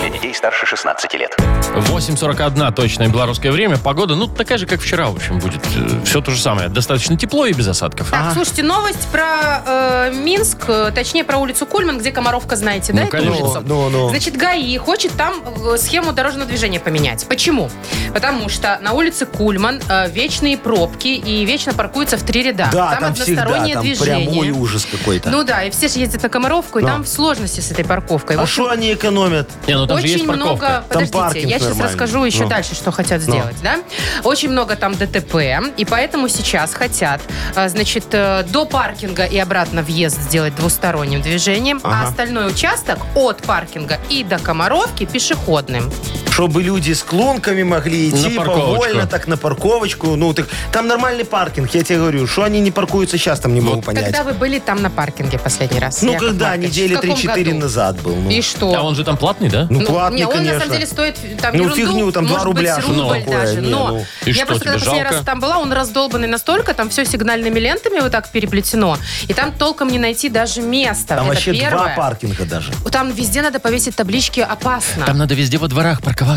[SPEAKER 5] Для детей старше 16 лет.
[SPEAKER 1] 8.41 точное белорусское время. Погода, ну, такая же, как вчера, в общем, будет. Все то же самое. Достаточно тепло и без осадков.
[SPEAKER 3] А.
[SPEAKER 2] Так, слушайте, новость про э, Минск, э, точнее про улицу Кульман, где Комаровка, знаете, да,
[SPEAKER 1] Ну,
[SPEAKER 2] эту
[SPEAKER 1] конечно.
[SPEAKER 2] улицу?
[SPEAKER 3] Ну, ну.
[SPEAKER 2] Значит, ГАИ хочет там э, схему дорожного движения поменять. Почему? Потому что на улице Кульман э, вечные пробки и вечно паркуются в три ряда.
[SPEAKER 3] Да,
[SPEAKER 2] там,
[SPEAKER 3] там всегда,
[SPEAKER 2] одностороннее
[SPEAKER 3] там
[SPEAKER 2] движение.
[SPEAKER 3] прям ой, ужас какой-то.
[SPEAKER 2] Ну да, и все же ездят на Комаровку, и
[SPEAKER 3] Да.
[SPEAKER 2] там сложности с этой парковкой. В
[SPEAKER 3] а
[SPEAKER 2] общем,
[SPEAKER 3] что они экономят?
[SPEAKER 1] Не, ну там же есть
[SPEAKER 2] очень
[SPEAKER 1] парковка.
[SPEAKER 2] много... Подождите,
[SPEAKER 3] паркинг
[SPEAKER 2] я сейчас
[SPEAKER 3] нормальный.
[SPEAKER 2] расскажу еще
[SPEAKER 3] Ну.
[SPEAKER 2] дальше, что хотят сделать, да? Очень много там ДТП, и поэтому сейчас хотят, э, значит, э, до паркинга и обратно въезд сделать двусторонним движением, а
[SPEAKER 3] Ага.
[SPEAKER 2] остальной участок от паркинга и до Комаровки пешеходным.
[SPEAKER 3] Чтобы люди с клунками могли
[SPEAKER 1] На
[SPEAKER 3] идти
[SPEAKER 1] парковочку.
[SPEAKER 3] повольно, так на парковочку. Ну, так там нормальный паркинг, я тебе говорю. Что они не паркуются сейчас, там не могу понять.
[SPEAKER 2] Ну, Когда вы были там на паркинге последний раз?
[SPEAKER 3] Ну,
[SPEAKER 2] Яков
[SPEAKER 3] когда?
[SPEAKER 2] Маркович?
[SPEAKER 3] Недели
[SPEAKER 2] В каком
[SPEAKER 3] 3-4
[SPEAKER 2] году?
[SPEAKER 3] назад был. Ну,
[SPEAKER 2] И что?
[SPEAKER 1] А он же там платный, да?
[SPEAKER 3] ну,
[SPEAKER 2] Ну,
[SPEAKER 3] платный,
[SPEAKER 2] не, он
[SPEAKER 3] конечно.
[SPEAKER 2] на самом деле стоит там
[SPEAKER 3] Ну,
[SPEAKER 2] ерунду,
[SPEAKER 3] фигню, там,
[SPEAKER 2] может
[SPEAKER 3] два рубля,
[SPEAKER 2] быть,
[SPEAKER 3] что
[SPEAKER 2] рубль
[SPEAKER 3] такое,
[SPEAKER 2] даже,
[SPEAKER 3] не,
[SPEAKER 2] но
[SPEAKER 3] ну.
[SPEAKER 1] И
[SPEAKER 2] я
[SPEAKER 1] что,
[SPEAKER 2] просто
[SPEAKER 1] тебе
[SPEAKER 2] когда последний раз
[SPEAKER 1] жалко?
[SPEAKER 2] там была, он раздолбанный настолько, там все сигнальными лентами вот так переплетено, и там толком не найти даже места.
[SPEAKER 3] Там
[SPEAKER 2] Это
[SPEAKER 3] вообще два
[SPEAKER 2] первое.
[SPEAKER 3] паркинга даже.
[SPEAKER 2] Там везде надо повесить таблички «Опасно».
[SPEAKER 1] Там надо везде во дворах парковаться.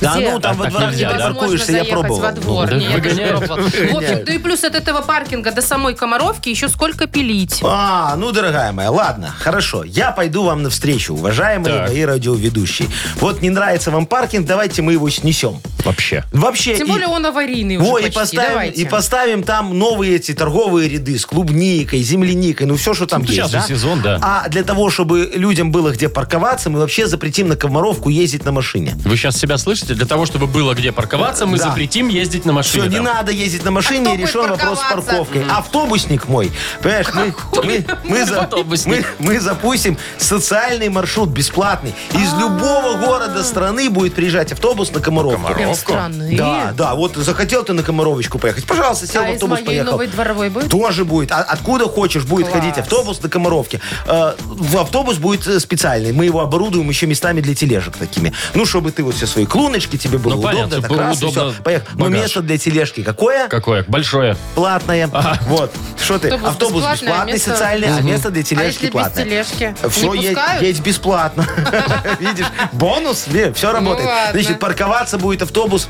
[SPEAKER 3] Да,
[SPEAKER 2] Где?
[SPEAKER 3] ну там
[SPEAKER 1] А
[SPEAKER 3] во
[SPEAKER 1] так
[SPEAKER 3] дворах не
[SPEAKER 1] нельзя, да?
[SPEAKER 3] паркуешься, я
[SPEAKER 2] заехать
[SPEAKER 3] пробовал.
[SPEAKER 2] во двор.
[SPEAKER 1] Ну,
[SPEAKER 2] Не, я тоже
[SPEAKER 1] выгоняют.
[SPEAKER 2] пробовала. В общем, да и плюс от этого паркинга до самой Комаровки еще сколько пилить.
[SPEAKER 3] А, ну, дорогая моя, ладно, хорошо. Я пойду вам навстречу, уважаемые
[SPEAKER 1] Так.
[SPEAKER 3] мои радиоведущие. Вот не нравится вам паркинг, давайте мы его снесем.
[SPEAKER 1] Вообще.
[SPEAKER 3] Вообще,
[SPEAKER 2] Тем
[SPEAKER 3] и-
[SPEAKER 2] более он аварийный
[SPEAKER 3] Во,
[SPEAKER 2] уже
[SPEAKER 3] и
[SPEAKER 2] почти.
[SPEAKER 3] поставим,
[SPEAKER 2] Давайте.
[SPEAKER 3] и поставим там новые эти торговые ряды с клубникой, земляникой, ну все, что там
[SPEAKER 1] Ну,
[SPEAKER 3] есть.
[SPEAKER 1] сейчас же
[SPEAKER 3] да?
[SPEAKER 1] сезон, да.
[SPEAKER 3] А для того, чтобы людям было где парковаться, мы вообще запретим на Комаровку ездить на машине.
[SPEAKER 1] Вы сейчас себя слышите? Для того, чтобы было где парковаться, мы
[SPEAKER 3] Да.
[SPEAKER 1] запретим ездить на
[SPEAKER 3] Все,
[SPEAKER 1] машине. там.
[SPEAKER 3] не надо ездить на машине,
[SPEAKER 2] А кто
[SPEAKER 3] и
[SPEAKER 2] будет
[SPEAKER 3] решен вопрос с
[SPEAKER 2] парковаться?
[SPEAKER 3] парковкой. Автобусник мой, понимаешь, мы, мы- мы за-
[SPEAKER 1] Автобусник.
[SPEAKER 3] мы- мы запустим социальный маршрут, бесплатный. Из любого
[SPEAKER 2] А.
[SPEAKER 3] города страны будет приезжать автобус на Комаровку.
[SPEAKER 2] Прям А странные.
[SPEAKER 3] Да, да, вот захотел ты на Комаровочку поехать, пожалуйста,
[SPEAKER 2] Ну
[SPEAKER 3] сел
[SPEAKER 2] А
[SPEAKER 3] в
[SPEAKER 2] из
[SPEAKER 3] автобус,
[SPEAKER 2] моей
[SPEAKER 3] поехал.
[SPEAKER 2] новой дворовой будет?
[SPEAKER 3] Тоже будет. А- откуда хочешь, будет
[SPEAKER 2] Класс.
[SPEAKER 3] ходить автобус до Комаровки. Э, в автобус будет э, специальный. Мы его оборудуем еще местами для тележек такими. Ну, чтобы ты вот все свои клуночки, тебе было
[SPEAKER 1] Ну,
[SPEAKER 3] удобно,
[SPEAKER 1] понятно,
[SPEAKER 3] так
[SPEAKER 1] было
[SPEAKER 3] раз, и
[SPEAKER 1] удобно
[SPEAKER 3] все. Поехали. Но
[SPEAKER 1] багаж.
[SPEAKER 3] место для тележки какое?
[SPEAKER 1] Какое? Большое.
[SPEAKER 3] Платное. Вот. Что ты?
[SPEAKER 2] Автобус
[SPEAKER 3] Автобус
[SPEAKER 2] бесплатный, а
[SPEAKER 3] бесплатный,
[SPEAKER 2] место-
[SPEAKER 3] социальный, а место для
[SPEAKER 2] А
[SPEAKER 3] тележки
[SPEAKER 2] если
[SPEAKER 3] платное.
[SPEAKER 2] без тележки?
[SPEAKER 3] Все,
[SPEAKER 2] не
[SPEAKER 3] едь,
[SPEAKER 2] пускают?
[SPEAKER 3] едь бесплатно. [laughs] Видишь, бонус, все работает.
[SPEAKER 2] Ну ладно.
[SPEAKER 3] Значит, парковаться будет автобус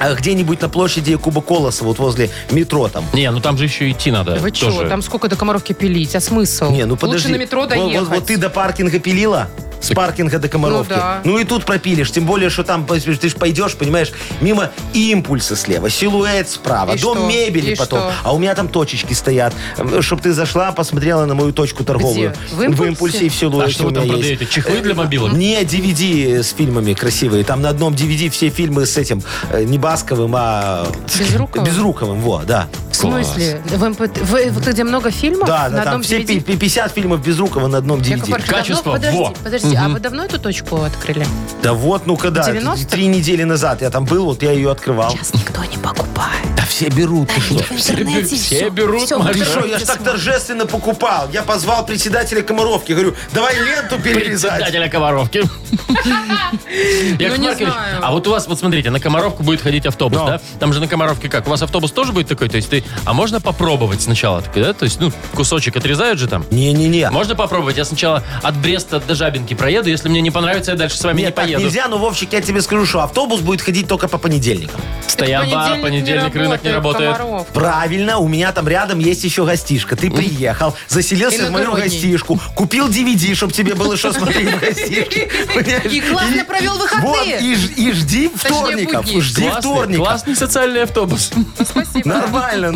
[SPEAKER 3] а, где-нибудь на площади Куба Колоса, вот возле метро там.
[SPEAKER 1] Не, ну там же еще идти надо.
[SPEAKER 2] Вы что,
[SPEAKER 1] тоже.
[SPEAKER 2] там сколько до Комаровки пилить? А смысл?
[SPEAKER 3] Не, ну подожди.
[SPEAKER 2] Лучше на метро
[SPEAKER 3] Вот- вот-
[SPEAKER 2] доехать.
[SPEAKER 3] Вот, ты до паркинга пилила? С паркинга до Комаровки.
[SPEAKER 2] Ну да.
[SPEAKER 3] и тут пропилишь. Тем более, что там ты же пойдешь, понимаешь, мимо импульса слева, силуэт справа,
[SPEAKER 2] И
[SPEAKER 3] дом
[SPEAKER 2] что?
[SPEAKER 3] мебели
[SPEAKER 2] И
[SPEAKER 3] потом.
[SPEAKER 2] что?
[SPEAKER 3] А у меня там точечки стоят. Чтобы ты зашла, посмотрела на мою точку торговую.
[SPEAKER 2] В импульсе? Э,
[SPEAKER 3] и в силуэте
[SPEAKER 1] А что вы
[SPEAKER 3] у меня
[SPEAKER 1] там
[SPEAKER 3] есть.
[SPEAKER 1] продаете? Чехлы для мобилок?
[SPEAKER 3] Не, DVD с фильмами красивые. Там на одном DVD все фильмы с этим, э, не Басковым, а...
[SPEAKER 2] Безруковым?
[SPEAKER 3] Безруковым, во, да.
[SPEAKER 2] В смысле? В МПТ? В- вот где много фильмов? на
[SPEAKER 3] Да, да,
[SPEAKER 2] одном
[SPEAKER 3] там все пи-
[SPEAKER 2] DVD?
[SPEAKER 3] пи- 50 фильмов Безрукова на одном DVD.
[SPEAKER 2] Яков Маркович,
[SPEAKER 1] Качество,
[SPEAKER 2] давно,
[SPEAKER 1] во.
[SPEAKER 2] подожди, подожди, а вы давно эту точку открыли?
[SPEAKER 3] Да вот, ну когда?
[SPEAKER 2] 90-х?
[SPEAKER 3] Три недели назад я там был, вот я ее открывал.
[SPEAKER 2] Сейчас никто не покупает.
[SPEAKER 3] Да все берут. Ты что?
[SPEAKER 1] Все, берут
[SPEAKER 3] Ты
[SPEAKER 1] машину.
[SPEAKER 3] что, я ж так торжественно покупал. Я позвал председателя Комаровки. Говорю, давай ленту перерезать.
[SPEAKER 1] Председателя
[SPEAKER 2] [laughs]
[SPEAKER 1] Комаровки. Яков
[SPEAKER 2] Ну, не
[SPEAKER 1] Маркович,
[SPEAKER 2] знаю.
[SPEAKER 1] а вот у вас, вот смотрите, на Комаровку будет ходить автобус, да? Там же на Комаровке как? У вас автобус тоже будет такой? То есть ты... А можно попробовать сначала? такой, да? То есть, ну, кусочек отрезают же там?
[SPEAKER 3] Не-не-не.
[SPEAKER 1] Можно попробовать? Я сначала от Бреста до Жабинки проеду. Если мне не понравится, я дальше с вами не
[SPEAKER 3] Нет, так
[SPEAKER 1] поеду.
[SPEAKER 3] нельзя, но, Вовчик, я тебе скажу, что автобус будет ходить только по понедельникам.
[SPEAKER 1] Стояба,
[SPEAKER 2] понедельник не
[SPEAKER 1] понедельник, рынок как не работает?
[SPEAKER 2] Комаров.
[SPEAKER 3] Правильно, у меня там рядом есть еще гостишка. Ты приехал, заселился в мою
[SPEAKER 2] Иногородний.
[SPEAKER 3] гостишку, купил DVD, чтобы тебе было что смотреть в гостишке. понимаешь?
[SPEAKER 2] И классно
[SPEAKER 3] И-
[SPEAKER 2] провел
[SPEAKER 3] Вот,
[SPEAKER 2] выходные.
[SPEAKER 3] и ж- и жди вторников,
[SPEAKER 2] будни.
[SPEAKER 3] жди
[SPEAKER 1] Классный,
[SPEAKER 3] вторников.
[SPEAKER 1] классный социальный автобус.
[SPEAKER 3] Нормально,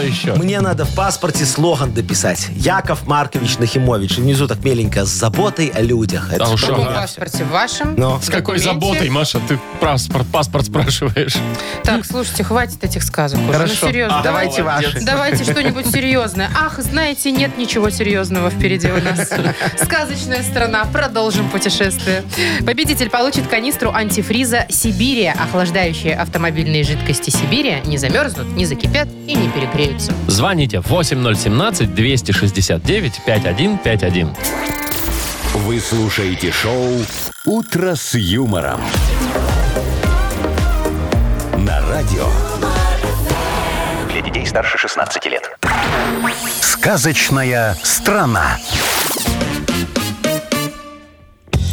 [SPEAKER 1] еще?
[SPEAKER 3] Мне надо в паспорте слоган дописать. Яков Маркович Нахимович. И внизу так меленько с заботой о людях. Это
[SPEAKER 1] А
[SPEAKER 3] ж
[SPEAKER 1] уж
[SPEAKER 3] про
[SPEAKER 2] В
[SPEAKER 1] он.
[SPEAKER 3] меня
[SPEAKER 2] каком
[SPEAKER 3] всё.
[SPEAKER 2] паспорте? В вашем?
[SPEAKER 3] Ну,
[SPEAKER 1] С какой
[SPEAKER 2] документе.
[SPEAKER 1] заботой, Маша, ты паспорт, паспорт спрашиваешь?
[SPEAKER 2] Так, слушайте, хватит этих сказок. уже.
[SPEAKER 3] Хорошо. А,
[SPEAKER 2] Ну, серьезно.
[SPEAKER 3] Давайте ваши.
[SPEAKER 2] Давайте что-нибудь серьезное. Ах, знаете, нет ничего серьезного впереди у нас. Сказочная страна. Продолжим путешествие. Победитель получит канистру антифриза «Сибирия». Охлаждающие автомобильные жидкости «Сибирия» не замерзнут, не закипят и не перегреются.
[SPEAKER 1] Звоните 8017-269-5151.
[SPEAKER 4] Вы слушаете шоу «Утро с юмором». На радио
[SPEAKER 5] Для детей старше 16 лет.
[SPEAKER 4] «Сказочная страна».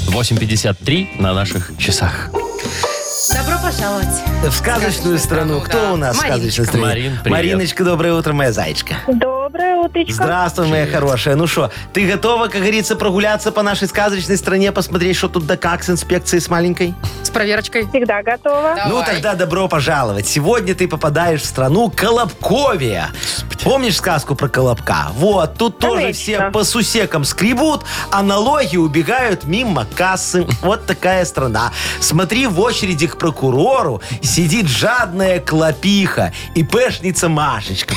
[SPEAKER 1] 8.53 на наших часах.
[SPEAKER 2] Добро пожаловать.
[SPEAKER 3] В сказочную
[SPEAKER 2] страну,
[SPEAKER 3] страну.
[SPEAKER 2] да.
[SPEAKER 3] Кто у нас в
[SPEAKER 2] Мариночка.
[SPEAKER 3] сказочной стране?
[SPEAKER 1] Марин, привет.
[SPEAKER 3] Мариночка, доброе утро, моя зайчка.
[SPEAKER 7] Доброе утречко.
[SPEAKER 3] Здравствуй, моя хорошая. Ну что, ты готова, как говорится, прогуляться по нашей сказочной стране, посмотреть, что тут да как с инспекцией с маленькой?
[SPEAKER 2] С проверочкой.
[SPEAKER 7] Всегда готова.
[SPEAKER 3] Ну
[SPEAKER 2] Давай.
[SPEAKER 3] тогда добро пожаловать. Сегодня ты попадаешь в страну Колобковия. Помнишь сказку про Колобка? Вот, тут тоже
[SPEAKER 7] Конечно.
[SPEAKER 3] все по сусекам скребут, а налоги убегают мимо
[SPEAKER 2] [laughs]
[SPEAKER 3] кассы. Вот такая страна. Смотри, в очереди к прокурору сидит жадная клопиха и пешница Машечка.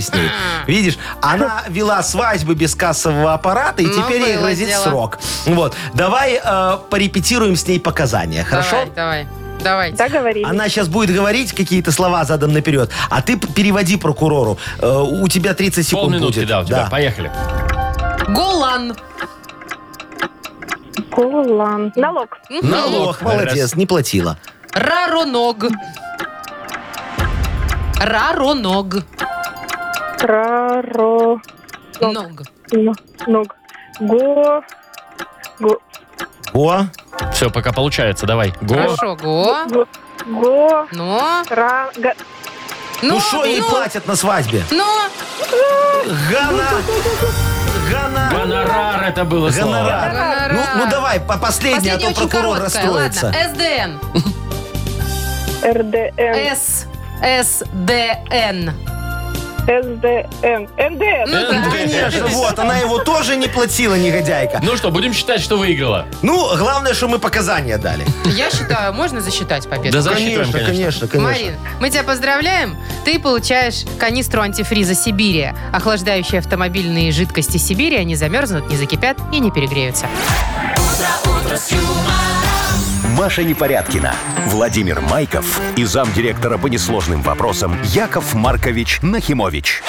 [SPEAKER 2] [laughs]
[SPEAKER 3] с ней. Видишь, она вела свадьбы без кассового аппарата и
[SPEAKER 2] Ну,
[SPEAKER 3] теперь ей
[SPEAKER 2] было
[SPEAKER 3] грозит
[SPEAKER 2] дело.
[SPEAKER 3] срок. Вот, давай э, порепетируем с ней показания, хорошо?
[SPEAKER 2] Давай, давай. Давайте.
[SPEAKER 7] Договорились.
[SPEAKER 3] Она сейчас будет говорить какие-то слова задом наперед, а ты п- переводи прокурору. Э, у тебя 30 секунд
[SPEAKER 1] Полминутки,
[SPEAKER 3] будет.
[SPEAKER 1] да, у тебя. Поехали.
[SPEAKER 2] Голан.
[SPEAKER 7] Голан. Налог.
[SPEAKER 3] Налог, молодец, не платила.
[SPEAKER 2] Рароног. Рароног.
[SPEAKER 7] Раро.
[SPEAKER 2] Ног.
[SPEAKER 7] н- Ног. Го. Го.
[SPEAKER 3] О, ну
[SPEAKER 1] Все, пока получается, давай. Го.
[SPEAKER 2] Хорошо, го.
[SPEAKER 7] Го. Го.
[SPEAKER 2] Но.
[SPEAKER 7] Ра. га-
[SPEAKER 3] ну что ей
[SPEAKER 2] ну,
[SPEAKER 3] платят на свадьбе?
[SPEAKER 2] но.
[SPEAKER 3] Гана... Гана...
[SPEAKER 1] Гонорар это было слово.
[SPEAKER 3] Гонорар.
[SPEAKER 2] Гонорар.
[SPEAKER 3] Ну, ну давай, по последней, а
[SPEAKER 2] Последняя
[SPEAKER 3] то
[SPEAKER 2] очень
[SPEAKER 3] прокурор
[SPEAKER 2] короткая.
[SPEAKER 3] расстроится.
[SPEAKER 2] Ладно. СДН.
[SPEAKER 7] РДМ.
[SPEAKER 2] С. СДН.
[SPEAKER 7] СДМ. НДС.
[SPEAKER 2] Ну, да.
[SPEAKER 3] Конечно, вот, она его тоже не платила, негодяйка.
[SPEAKER 1] Ну что, будем считать, что выиграла?
[SPEAKER 3] Ну, главное, что мы показания дали.
[SPEAKER 2] Я считаю, можно засчитать победу.
[SPEAKER 1] Да засчитываем, конечно.
[SPEAKER 3] конечно, конечно.
[SPEAKER 2] Марин, мы тебя поздравляем. Ты получаешь канистру антифриза Сибирия. Охлаждающие автомобильные жидкости Сибири, они замерзнут, не закипят и не перегреются.
[SPEAKER 4] Маша Непорядкина, Владимир Майков и замдиректора по несложным вопросам Яков Маркович Нахимович.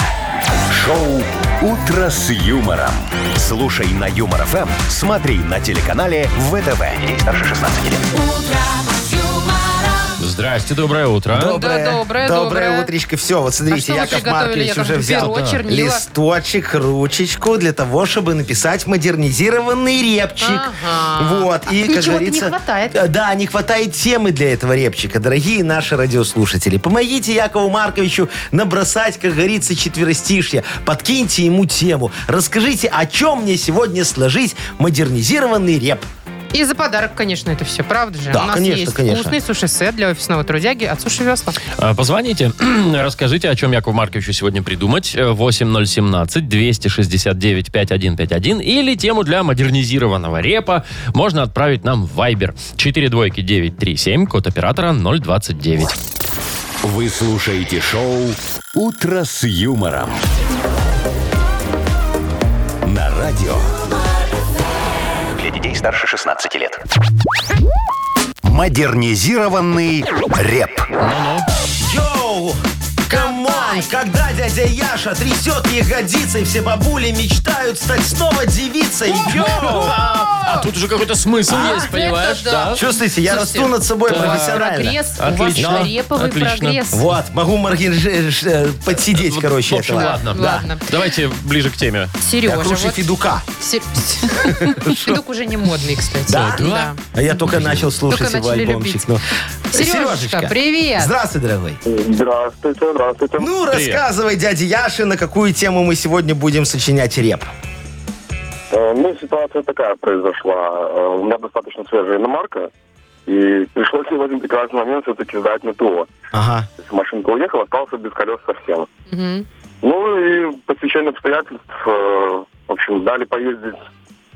[SPEAKER 4] Шоу «Утро с юмором». Слушай на Юмор ФМ, смотри на телеканале ВТВ. Ей старше 16 лет.
[SPEAKER 1] Здрасте, доброе утро.
[SPEAKER 2] Да, доброе, доброе.
[SPEAKER 3] доброе утречко. Все, вот
[SPEAKER 2] А что
[SPEAKER 3] смотрите,
[SPEAKER 2] вы
[SPEAKER 3] Яков
[SPEAKER 2] приготовили,
[SPEAKER 3] Маркович
[SPEAKER 2] Яков?
[SPEAKER 3] уже взял
[SPEAKER 2] Перо, чернила?
[SPEAKER 3] листочек, ручечку для того, чтобы написать модернизированный репчик.
[SPEAKER 2] Ага.
[SPEAKER 3] Вот. И,
[SPEAKER 2] А
[SPEAKER 3] как
[SPEAKER 2] ничего-то не
[SPEAKER 3] говорится,
[SPEAKER 2] хватает.
[SPEAKER 3] э, Да, не хватает темы для этого репчика, дорогие наши радиослушатели. Помогите Якову Марковичу набросать, как говорится, четверостишье. Подкиньте ему тему. Расскажите, о чем мне сегодня сложить модернизированный реп.
[SPEAKER 2] И за подарок, конечно, это все, правда же?
[SPEAKER 3] Да,
[SPEAKER 2] У нас
[SPEAKER 3] конечно,
[SPEAKER 2] есть
[SPEAKER 3] конечно.
[SPEAKER 2] вкусный суши-сет для офисного трудяги от Суши Весла.
[SPEAKER 1] А, Позвоните, [clears throat] расскажите, о чем Якову Марковичу сегодня придумать. Э, 8017-269-5151 или тему для модернизированного репа можно отправить нам в Viber. 4 двойки 937, код оператора 029.
[SPEAKER 4] Вы слушаете шоу «Утро с юмором». На радио
[SPEAKER 5] Для детей старше 16 лет.
[SPEAKER 4] «Модернизированный реп».
[SPEAKER 3] Йоу! Камон! Вань, когда дядя Яша трясет ягодицей, все бабули мечтают стать снова девицей. Йоу!
[SPEAKER 1] А, а тут уже какой-то смысл
[SPEAKER 2] А,
[SPEAKER 1] есть,
[SPEAKER 2] это
[SPEAKER 1] понимаешь?
[SPEAKER 2] да.
[SPEAKER 3] Чувствуете, я
[SPEAKER 2] Слушайте,
[SPEAKER 3] расту над собой
[SPEAKER 2] У вас
[SPEAKER 3] профессионально.
[SPEAKER 2] прогресс,
[SPEAKER 1] Отлично.
[SPEAKER 2] у вас реповый
[SPEAKER 1] Отлично.
[SPEAKER 2] прогресс.
[SPEAKER 3] Вот, могу маргин э, подсидеть,
[SPEAKER 1] Вот,
[SPEAKER 3] короче,
[SPEAKER 1] в общем,
[SPEAKER 3] этого.
[SPEAKER 1] ладно.
[SPEAKER 2] Ладно.
[SPEAKER 1] да. Давайте ближе к теме.
[SPEAKER 2] Сережа,
[SPEAKER 3] Как руши
[SPEAKER 2] вот
[SPEAKER 3] Федука.
[SPEAKER 2] Се- [laughs] Федук уже не модный, кстати.
[SPEAKER 3] Да?
[SPEAKER 2] Да.
[SPEAKER 3] А я только начал слушать
[SPEAKER 2] Только
[SPEAKER 3] его
[SPEAKER 2] начали
[SPEAKER 3] альбомчик.
[SPEAKER 2] любить.
[SPEAKER 3] ну.
[SPEAKER 2] Сережечка, привет.
[SPEAKER 3] Здравствуй, дорогой.
[SPEAKER 6] Здравствуйте, здравствуйте.
[SPEAKER 3] Ну,
[SPEAKER 1] Привет.
[SPEAKER 3] рассказывай, дядя Яша, на какую тему мы сегодня будем сочинять реп.
[SPEAKER 6] Э, Ну, ситуация такая произошла. Э, У меня достаточно свежая иномарка, и пришлось мне в один прекрасный момент все-таки сдать на ТО.
[SPEAKER 3] Ага.
[SPEAKER 6] То есть машинка уехала, остался без колес совсем.
[SPEAKER 2] Мгм.
[SPEAKER 6] Ну и по стечению обстоятельств, э, в общем, дали поездить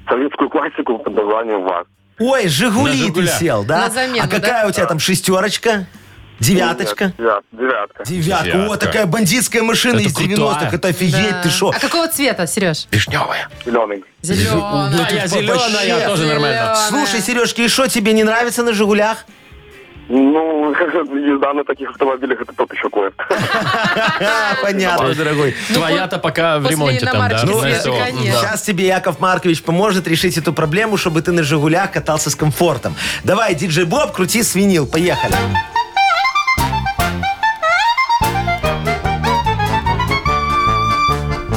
[SPEAKER 6] советскую классику под названием ВАЗ.
[SPEAKER 3] Ой,
[SPEAKER 1] На
[SPEAKER 3] Жигули ты
[SPEAKER 1] «Жигуля».
[SPEAKER 3] сел, да?
[SPEAKER 2] На замену,
[SPEAKER 3] а какая у тебя там шестерочка? Девяточка?
[SPEAKER 6] Девят- Девятка.
[SPEAKER 3] Девятка. О,
[SPEAKER 1] Девятка.
[SPEAKER 3] такая бандитская машина
[SPEAKER 1] Это
[SPEAKER 3] из
[SPEAKER 1] крутая.
[SPEAKER 3] 90-х. Это офигеть,
[SPEAKER 2] Да.
[SPEAKER 3] ты шо?
[SPEAKER 2] А какого цвета, Сереж?
[SPEAKER 3] Вишневая.
[SPEAKER 6] Зеленый.
[SPEAKER 2] Зеленый.
[SPEAKER 3] Ой, ты вообще.
[SPEAKER 1] тоже нормально.
[SPEAKER 3] Слушай, Сережки, и что тебе не нравится
[SPEAKER 2] [laughs]
[SPEAKER 3] на Жигулях?
[SPEAKER 6] Ну, [laughs] езда на таких автомобилях это тот еще кое
[SPEAKER 3] Ха, А, Понятно, дорогой. Ну,
[SPEAKER 1] Твоя-то пока в
[SPEAKER 2] Ну, после
[SPEAKER 1] ремонте там, да?
[SPEAKER 2] иномарки
[SPEAKER 1] на
[SPEAKER 2] света,
[SPEAKER 1] СО,
[SPEAKER 2] конечно.
[SPEAKER 1] да.
[SPEAKER 3] Сейчас тебе Яков Маркович поможет решить эту проблему, чтобы ты на Жигулях катался с комфортом. Давай, диджей Боб, крути свинил. Поехали.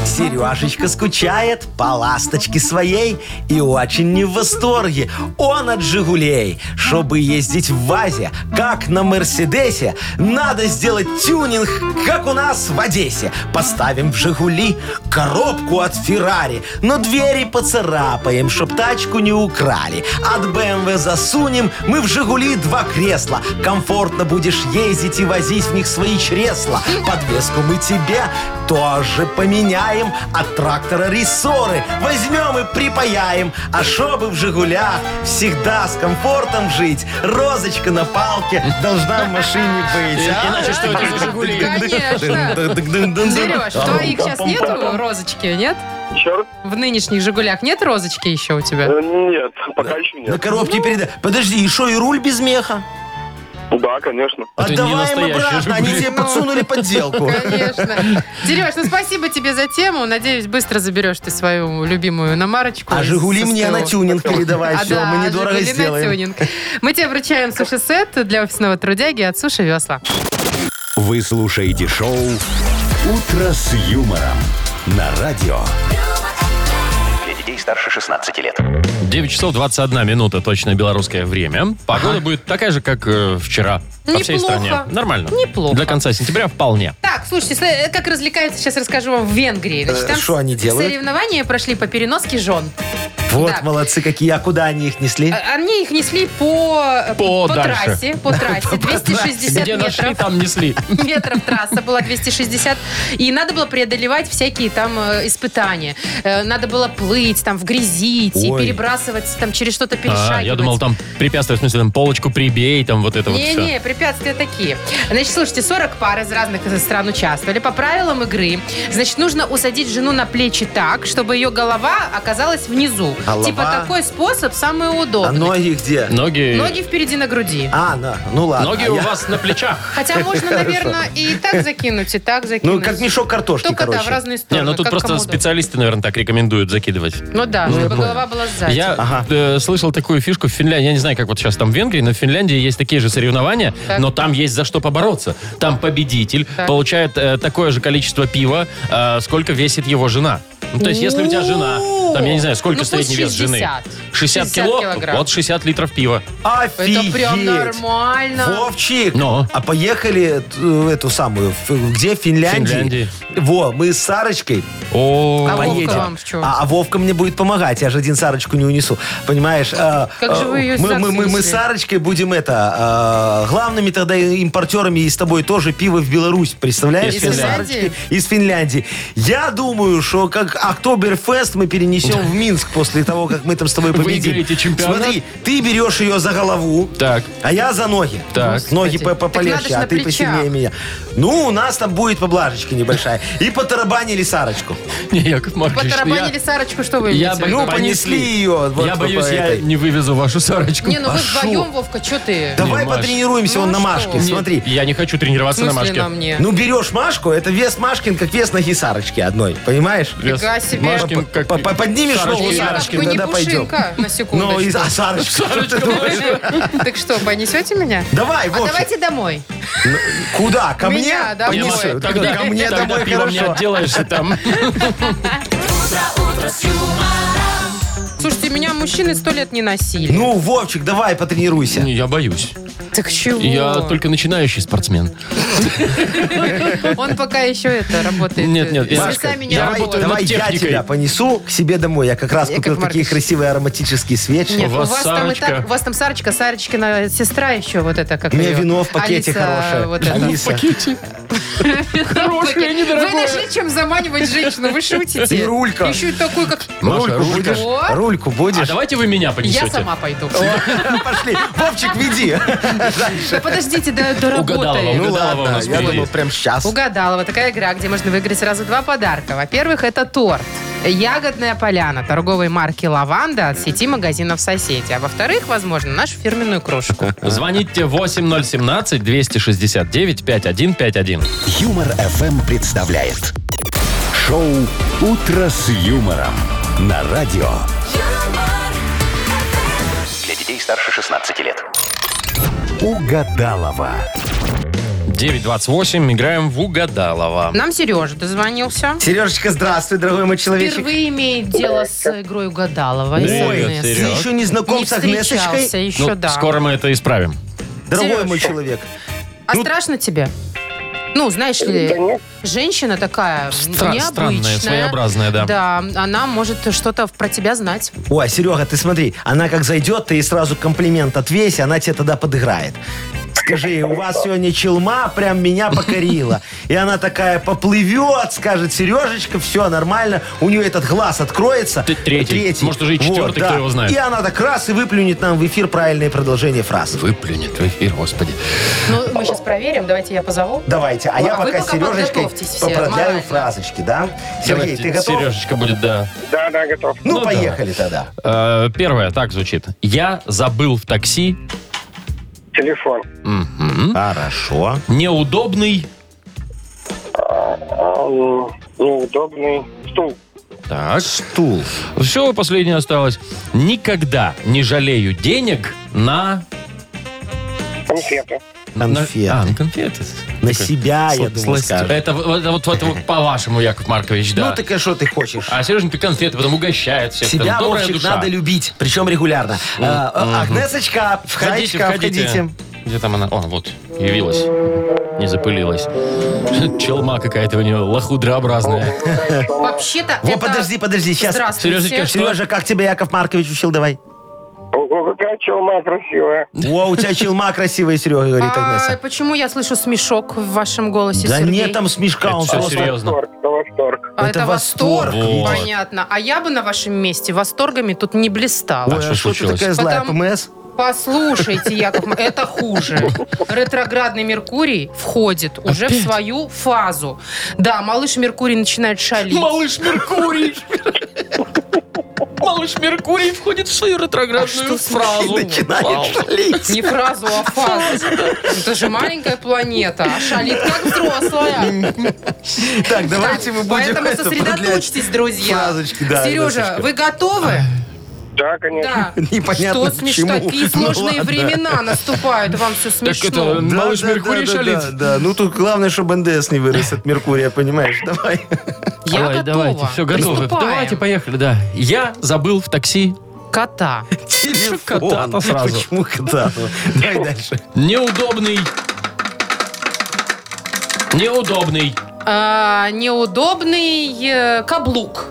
[SPEAKER 3] Сережечка скучает по ласточке своей и очень не в восторге. Он от «Жигулей». Чтобы ездить в ВАЗе, как на «Мерседесе», надо сделать тюнинг, как у нас в Одессе. Поставим в «Жигули» коробку от «Феррари», но двери поцарапаем, чтоб тачку не украли. От «БМВ» засунем мы в «Жигули» два кресла. Комфортно будешь ездить и возить в них свои чресла. Подвеску мы тебе тоже поменяем. От трактора рессоры возьмем и припаяем. А чтобы в «Жигулях» всегда с комфортом жить, розочка на палке должна в машине быть. а?
[SPEAKER 1] Иначе что это за «Жигули»?
[SPEAKER 2] Конечно. Сереж,
[SPEAKER 3] А,
[SPEAKER 2] в твоих сейчас нету розочки, нет?
[SPEAKER 6] Еще раз?
[SPEAKER 2] В нынешних «Жигулях» нет розочки еще у тебя?
[SPEAKER 6] Э, Нет, пока еще
[SPEAKER 3] На
[SPEAKER 6] нет.
[SPEAKER 3] коробке передай. Подожди, и шо, и руль без меха?
[SPEAKER 6] Да, конечно.
[SPEAKER 1] Это не
[SPEAKER 3] Отдавай им
[SPEAKER 1] настоящие
[SPEAKER 3] обратно, они
[SPEAKER 1] «Жигули».
[SPEAKER 3] тебе подсунули подделку.
[SPEAKER 2] Конечно. Сереж, ну спасибо тебе за тему. Надеюсь, быстро заберешь ты свою любимую намарочку.
[SPEAKER 3] А
[SPEAKER 2] из
[SPEAKER 3] «Жигули» мне
[SPEAKER 2] СТО.
[SPEAKER 3] на тюнинг передавай.
[SPEAKER 2] А
[SPEAKER 3] Все,
[SPEAKER 2] да,
[SPEAKER 3] мы недорого
[SPEAKER 2] «Жигули» на
[SPEAKER 3] сделаем.
[SPEAKER 2] тюнинг. Мы тебе вручаем суши-сет для офисного трудяги от Суши Весла.
[SPEAKER 4] Вы слушаете шоу «Утро с юмором» на радио.
[SPEAKER 5] Для детей старше 16 лет.
[SPEAKER 1] 9 часов 21 минута, точно белорусское время. Погода будет такая же, как э, вчера по всей
[SPEAKER 2] Неплохо.
[SPEAKER 1] стране. Нормально.
[SPEAKER 2] Неплохо.
[SPEAKER 1] Для конца сентября вполне.
[SPEAKER 2] Так, слушайте, с- э, как развлекаются, сейчас расскажу вам в Венгрии. Значит,
[SPEAKER 3] Э,
[SPEAKER 2] там
[SPEAKER 3] шо они
[SPEAKER 2] с-
[SPEAKER 3] делают?
[SPEAKER 2] Соревнования прошли по переноске жен.
[SPEAKER 3] Вот
[SPEAKER 2] Да.
[SPEAKER 3] молодцы какие. А куда они их несли?
[SPEAKER 2] А- Они их несли по, э,
[SPEAKER 1] По дальше.
[SPEAKER 2] трассе.
[SPEAKER 1] [laughs]
[SPEAKER 2] По трассе. 260
[SPEAKER 1] Где нашли,
[SPEAKER 2] метров.
[SPEAKER 1] там несли.
[SPEAKER 2] [laughs]
[SPEAKER 1] А,
[SPEAKER 2] метров трасса была 260, и надо было преодолевать всякие там э, испытания. Э, надо было плыть там в грязи, идти,
[SPEAKER 3] Ой.
[SPEAKER 2] перебрасывать, там через что-то
[SPEAKER 1] А,
[SPEAKER 2] перешагивать.
[SPEAKER 1] я думал, там препятствия, в смысле, там полочку прибей, там вот это вот все.
[SPEAKER 2] Не-не, препятствия такие. Значит, слушайте, 40 пар из разных стран участвовали. По правилам игры, значит, нужно усадить жену на плечи так, чтобы ее голова оказалась внизу.
[SPEAKER 3] Голова?
[SPEAKER 2] Типа такой способ самый удобный.
[SPEAKER 3] А ноги где?
[SPEAKER 1] Ноги...
[SPEAKER 2] Ноги впереди на груди.
[SPEAKER 3] А, на- ну ладно.
[SPEAKER 1] Ноги
[SPEAKER 3] А
[SPEAKER 1] у
[SPEAKER 3] я-
[SPEAKER 1] вас на плечах.
[SPEAKER 2] Хотя можно, наверное, и так закинуть, и так закинуть.
[SPEAKER 3] Ну, как мешок картошки,
[SPEAKER 2] Только да, в
[SPEAKER 3] короче.
[SPEAKER 2] разные стороны.
[SPEAKER 1] Не, ну тут
[SPEAKER 2] как
[SPEAKER 1] просто
[SPEAKER 2] кому удобно.
[SPEAKER 1] специалисты, наверное, так рекомендуют закидывать.
[SPEAKER 2] Ну да, чтобы
[SPEAKER 3] понял.
[SPEAKER 2] голова была сзади.
[SPEAKER 1] Я
[SPEAKER 3] Ага.
[SPEAKER 1] э, слышал такую фишку в Финляндии. Я не знаю, как вот сейчас там в Венгрии, но в Финляндии есть такие же соревнования,
[SPEAKER 2] Так.
[SPEAKER 1] но там есть за что побороться. Там победитель
[SPEAKER 2] Так.
[SPEAKER 1] получает э, такое же количество пива, э, сколько весит его жена. Ну, то есть, если у тебя жена, там, я не знаю, сколько
[SPEAKER 2] Ну, пусть
[SPEAKER 1] средний вес жены?
[SPEAKER 2] 60.
[SPEAKER 1] 60 кило,
[SPEAKER 2] 60 килограмм.
[SPEAKER 1] вот 60 литров пива.
[SPEAKER 2] Типа, Это прям
[SPEAKER 3] Офигеть.
[SPEAKER 2] нормально.
[SPEAKER 3] Вовчик,
[SPEAKER 1] Но.
[SPEAKER 3] а поехали т- в эту самую, в- где в Финляндии?
[SPEAKER 1] Финляндии.
[SPEAKER 3] Во, мы с Сарочкой
[SPEAKER 1] О,
[SPEAKER 2] А Вовка
[SPEAKER 3] поедем.
[SPEAKER 2] вам в чём?
[SPEAKER 3] а, а Вовка мне будет помогать, я же один Сарочку не унесу. Понимаешь? э,
[SPEAKER 2] Как же вы
[SPEAKER 3] э,
[SPEAKER 2] её из
[SPEAKER 3] мы,
[SPEAKER 2] ЗАГСа
[SPEAKER 3] мы, мы, мы с
[SPEAKER 2] несли?
[SPEAKER 3] Сарочкой будем это, э, главными тогда и импортерами и с тобой тоже пиво в Беларусь, представляешь?
[SPEAKER 1] Из
[SPEAKER 3] Без
[SPEAKER 1] Финляндии?
[SPEAKER 3] Сарочки, Из Финляндии. Я думаю, что как Октоберфест мы перенесем в Минск после того, как мы там с тобой победим.
[SPEAKER 1] Выиграете чемпионат?
[SPEAKER 3] Смотри, ты берешь ее за голову,
[SPEAKER 1] Так.
[SPEAKER 3] а я за ноги.
[SPEAKER 1] Так.
[SPEAKER 3] Ноги
[SPEAKER 2] Господи.
[SPEAKER 3] по- по-
[SPEAKER 2] Так надо ж
[SPEAKER 3] полегче,
[SPEAKER 2] на
[SPEAKER 3] а ты
[SPEAKER 2] плечах.
[SPEAKER 3] посильнее меня. Ну, у нас там будет поблажечка небольшая. И потарабанили Сарочку.
[SPEAKER 1] [laughs]
[SPEAKER 2] А
[SPEAKER 1] Не, Яков Маркович,
[SPEAKER 2] Потарабанили
[SPEAKER 1] я,
[SPEAKER 2] Сарочку, что вы
[SPEAKER 1] я
[SPEAKER 2] имеете в
[SPEAKER 1] бы-
[SPEAKER 2] виду?
[SPEAKER 3] Ну, понесли ее. вот
[SPEAKER 1] я
[SPEAKER 3] по-
[SPEAKER 1] боюсь,
[SPEAKER 3] по
[SPEAKER 1] я
[SPEAKER 3] этой.
[SPEAKER 1] не вывезу вашу Сарочку.
[SPEAKER 2] Не, ну вы
[SPEAKER 3] А шо?
[SPEAKER 2] вдвоем, Вовка, что ты?
[SPEAKER 3] Давай
[SPEAKER 1] Маш.
[SPEAKER 3] потренируемся
[SPEAKER 2] Ну
[SPEAKER 3] он на
[SPEAKER 2] что?
[SPEAKER 3] Машке.
[SPEAKER 2] Нет,
[SPEAKER 1] Нет,
[SPEAKER 3] Смотри.
[SPEAKER 1] Я не хочу
[SPEAKER 2] В
[SPEAKER 1] тренироваться на
[SPEAKER 2] смысле
[SPEAKER 1] Машке.
[SPEAKER 2] на мне?
[SPEAKER 3] Ну, берешь Машку, это вес Машкин, как вес ноги Сарочки одной, понимаешь?
[SPEAKER 1] Вес
[SPEAKER 2] Фига себе.
[SPEAKER 1] Э, Машкин, как...
[SPEAKER 3] По- по- Поднимешь
[SPEAKER 1] Сарочки.
[SPEAKER 3] ногу
[SPEAKER 2] Я как
[SPEAKER 3] Сарочки,
[SPEAKER 2] бы не
[SPEAKER 3] тогда пойдем.
[SPEAKER 2] пушинка, на
[SPEAKER 3] Ну, и
[SPEAKER 2] секундочку.
[SPEAKER 3] а Сарочка, что ты думаешь?
[SPEAKER 2] Так что, понесете меня?
[SPEAKER 3] Давай,
[SPEAKER 2] А
[SPEAKER 3] Вовчик.
[SPEAKER 2] давайте домой.
[SPEAKER 3] Куда? Ко А мне?
[SPEAKER 2] Меня домой.
[SPEAKER 1] Не,
[SPEAKER 3] Понесу.
[SPEAKER 1] Маша,
[SPEAKER 2] Ой,
[SPEAKER 1] Тогда
[SPEAKER 3] ко мне
[SPEAKER 1] тогда
[SPEAKER 3] домой,
[SPEAKER 1] пивом не
[SPEAKER 3] хорошо.
[SPEAKER 1] отделаешься там.
[SPEAKER 2] Слушайте, меня мужчины сто лет не носили.
[SPEAKER 3] Ну, Вовчик, давай, потренируйся.
[SPEAKER 1] Не, Я боюсь.
[SPEAKER 3] Ну,
[SPEAKER 2] так чего?
[SPEAKER 1] Я только начинающий спортсмен.
[SPEAKER 2] Он пока еще это работает.
[SPEAKER 1] Нет, нет,
[SPEAKER 2] С
[SPEAKER 1] я-
[SPEAKER 2] весами не
[SPEAKER 1] я
[SPEAKER 2] работает.
[SPEAKER 1] работаю
[SPEAKER 3] Давай
[SPEAKER 1] над
[SPEAKER 3] я
[SPEAKER 1] техникой.
[SPEAKER 3] тебя понесу к себе домой. Я как раз
[SPEAKER 2] Яков
[SPEAKER 3] купил такие
[SPEAKER 2] Маркович.
[SPEAKER 3] красивые ароматические свечи.
[SPEAKER 2] Нет,
[SPEAKER 1] У вас
[SPEAKER 2] там и
[SPEAKER 1] Сарочка.
[SPEAKER 2] так, у вас там Сарочка, Сарочкина сестра еще вот это как
[SPEAKER 3] У меня
[SPEAKER 2] её?
[SPEAKER 3] вино в пакете
[SPEAKER 2] Алиса,
[SPEAKER 3] хорошее.
[SPEAKER 2] вот это.
[SPEAKER 3] Алиса.
[SPEAKER 1] Хорошее,
[SPEAKER 2] Вы нашли чем заманивать женщину, вы шутите.
[SPEAKER 3] И рулька.
[SPEAKER 2] Еще и такой, как...
[SPEAKER 1] Маша,
[SPEAKER 3] Рульку
[SPEAKER 1] рулька.
[SPEAKER 3] будешь?
[SPEAKER 2] О.
[SPEAKER 3] Рульку
[SPEAKER 1] А
[SPEAKER 3] будешь?
[SPEAKER 1] давайте вы меня понесете.
[SPEAKER 2] Я сама пойду.
[SPEAKER 3] [laughs] Пошли. Вовчик, веди.
[SPEAKER 2] Да подождите, да,
[SPEAKER 1] Угадалова,
[SPEAKER 2] доработаем.
[SPEAKER 3] Ну
[SPEAKER 1] угадалова у
[SPEAKER 3] ладно,
[SPEAKER 1] нас
[SPEAKER 3] я
[SPEAKER 1] впереди.
[SPEAKER 3] думал, прям сейчас.
[SPEAKER 2] Угадалова. Такая игра, где можно выиграть сразу два подарка. Во-первых, это торт. Ягодная поляна торговой марки «Лаванда» от сети магазинов «Соседи». А во-вторых, возможно, нашу фирменную кружку.
[SPEAKER 1] Звоните 8017-269-5151.
[SPEAKER 4] Юмор FM представляет шоу Утро с юмором на радио.
[SPEAKER 5] Для детей старше 16 лет.
[SPEAKER 4] Угадалова.
[SPEAKER 1] 928. Играем в Угадалова.
[SPEAKER 3] Ну,
[SPEAKER 2] Нам Сережа дозвонился.
[SPEAKER 3] Сережечка, здравствуй, дорогой мой человечек.
[SPEAKER 2] Впервые имеет дело с игрой «Угадалова» и с
[SPEAKER 1] Привет,
[SPEAKER 2] Агнесой.
[SPEAKER 3] Ты
[SPEAKER 1] Серег.
[SPEAKER 3] еще не
[SPEAKER 2] Не
[SPEAKER 3] знаком с
[SPEAKER 2] встречался
[SPEAKER 3] Агнесочкой?
[SPEAKER 2] еще,
[SPEAKER 1] Ну,
[SPEAKER 2] да.
[SPEAKER 1] Скоро мы это исправим.
[SPEAKER 3] Дорогой мой человек.
[SPEAKER 2] А
[SPEAKER 3] Ну-
[SPEAKER 2] страшно тебе? Ну, знаешь ли, женщина такая
[SPEAKER 1] Стра-
[SPEAKER 2] необычная.
[SPEAKER 1] странная, своеобразная, да.
[SPEAKER 2] Да, она может что-то про тебя знать.
[SPEAKER 3] Ой, Серега, ты смотри, она как зайдет, ты ей сразу комплимент отвесь, она тебе тогда подыграет. Скажи, у вас сегодня челма прям
[SPEAKER 1] [laughs]
[SPEAKER 3] меня покорила. И она такая поплывет, скажет, Сережечка, все нормально. У нее этот глаз откроется.
[SPEAKER 1] Т- третий. Может, уже и четвертый, кто его знает.
[SPEAKER 3] И она так раз и выплюнет нам в эфир правильное продолжение фраз.
[SPEAKER 1] Выплюнет в эфир, господи.
[SPEAKER 2] Ну, мы сейчас проверим. Давайте я позову.
[SPEAKER 3] Давайте, а я
[SPEAKER 2] А вы
[SPEAKER 3] пока с
[SPEAKER 2] пока
[SPEAKER 3] Сережечкой
[SPEAKER 2] подготовьтесь все,
[SPEAKER 3] попродляю
[SPEAKER 2] морально.
[SPEAKER 3] фразочки, да? Сергей,
[SPEAKER 1] Давайте,
[SPEAKER 3] ты готов?
[SPEAKER 1] Сережечка будет, да.
[SPEAKER 6] Да, да, готов.
[SPEAKER 1] Ну
[SPEAKER 3] Ну,
[SPEAKER 1] да.
[SPEAKER 3] поехали тогда.
[SPEAKER 1] Э, первое так звучит. Я забыл в такси
[SPEAKER 6] Телефон.
[SPEAKER 1] мгм,
[SPEAKER 3] Хорошо.
[SPEAKER 1] неудобный
[SPEAKER 6] Ам, А, Неудобный стул.
[SPEAKER 1] так.
[SPEAKER 3] Стул.
[SPEAKER 1] Все, последнее осталось. Никогда не жалею денег на...
[SPEAKER 6] Конфеты.
[SPEAKER 3] Конфеты.
[SPEAKER 1] на- а, на конфеты.
[SPEAKER 3] На себя, я
[SPEAKER 1] Сла-
[SPEAKER 3] думаю,
[SPEAKER 1] сласти-
[SPEAKER 3] скажет.
[SPEAKER 1] Это вот, вот- вот- вот- вот по-вашему, Яков Маркович, да.
[SPEAKER 3] Ну, так а что ты хочешь?
[SPEAKER 1] А Сереженька конфеты потом угощает всех. там.
[SPEAKER 3] Себя,
[SPEAKER 1] Добрая
[SPEAKER 3] Вовчик,
[SPEAKER 1] душа.
[SPEAKER 3] надо любить. Причем регулярно. А, а, Агнесочка,
[SPEAKER 1] Входите,
[SPEAKER 3] Зайчка,
[SPEAKER 1] входите.
[SPEAKER 3] входите.
[SPEAKER 1] Где там она? О, вот, явилась. Не запылилась. [laughs] Челма какая-то у нее лохудрообразная.
[SPEAKER 2] Вообще-то
[SPEAKER 3] Во,
[SPEAKER 2] это-
[SPEAKER 3] подожди, подожди, сейчас.
[SPEAKER 2] Здравствуйте.
[SPEAKER 1] Сережечка, что?
[SPEAKER 3] Сережа, как тебя Яков Маркович учил, давай?
[SPEAKER 6] Ого, какая челма красивая.
[SPEAKER 3] О, у тебя челма красивая, Серега, говорит
[SPEAKER 2] А
[SPEAKER 3] Агнеса.
[SPEAKER 2] почему я слышу смешок в вашем голосе,
[SPEAKER 3] Да
[SPEAKER 2] Сергей?
[SPEAKER 3] нет там смешка, он
[SPEAKER 1] Всё
[SPEAKER 3] просто...
[SPEAKER 1] серьезно.
[SPEAKER 6] Восторг, да, восторг.
[SPEAKER 2] А
[SPEAKER 3] это
[SPEAKER 2] это восторг,
[SPEAKER 1] восторг. Вот.
[SPEAKER 2] понятно. А я бы на вашем месте восторгами тут не блистала.
[SPEAKER 3] Ой,
[SPEAKER 1] что
[SPEAKER 3] а что ты
[SPEAKER 1] случилось?
[SPEAKER 3] такая злая,
[SPEAKER 2] Потом-
[SPEAKER 3] ПМС?
[SPEAKER 2] Послушайте, Яков, Ма- это хуже. Ретроградный Меркурий входит уже в свою фазу. Да, малыш Меркурий начинает шалить.
[SPEAKER 1] Малыш Меркурий! Малыш Меркурий входит в
[SPEAKER 3] А
[SPEAKER 1] свою ретроградную фразу. Вау.
[SPEAKER 3] Начинает шалить.
[SPEAKER 2] Не фразу, а фазу. Это же маленькая планета, а шалит как взрослая.
[SPEAKER 3] [laughs] Так, давайте мы будем
[SPEAKER 2] Поэтому
[SPEAKER 3] это продлять.
[SPEAKER 2] сосредоточьтесь, друзья.
[SPEAKER 3] фразочки, да,
[SPEAKER 2] Сережа,
[SPEAKER 3] Инесочка.
[SPEAKER 2] вы
[SPEAKER 3] [laughs]
[SPEAKER 2] готовы?
[SPEAKER 6] Да, конечно.
[SPEAKER 2] Да.
[SPEAKER 3] Непонятно
[SPEAKER 2] Что смешно?
[SPEAKER 3] почему.
[SPEAKER 2] Такие
[SPEAKER 3] Ну
[SPEAKER 2] сложные
[SPEAKER 3] ладно.
[SPEAKER 2] времена наступают, вам все
[SPEAKER 1] это-
[SPEAKER 2] смешно.
[SPEAKER 3] Да,
[SPEAKER 1] Малыш
[SPEAKER 3] да,
[SPEAKER 1] Меркурий
[SPEAKER 3] да, да,
[SPEAKER 1] шалит.
[SPEAKER 3] Да, да, ну тут главное, чтобы НДС не вырос от Меркурия, понимаешь? Давай.
[SPEAKER 2] Я
[SPEAKER 1] Давай,
[SPEAKER 2] готова.
[SPEAKER 1] давайте, все готовы.
[SPEAKER 2] Приступаем.
[SPEAKER 1] Давайте, поехали, да. Я забыл в такси
[SPEAKER 2] Кота.
[SPEAKER 3] Телефон.
[SPEAKER 1] кота-то сразу?
[SPEAKER 3] Почему кота? [laughs] Давай дальше.
[SPEAKER 1] неудобный... Неудобный.
[SPEAKER 2] А, неудобный э, каблук.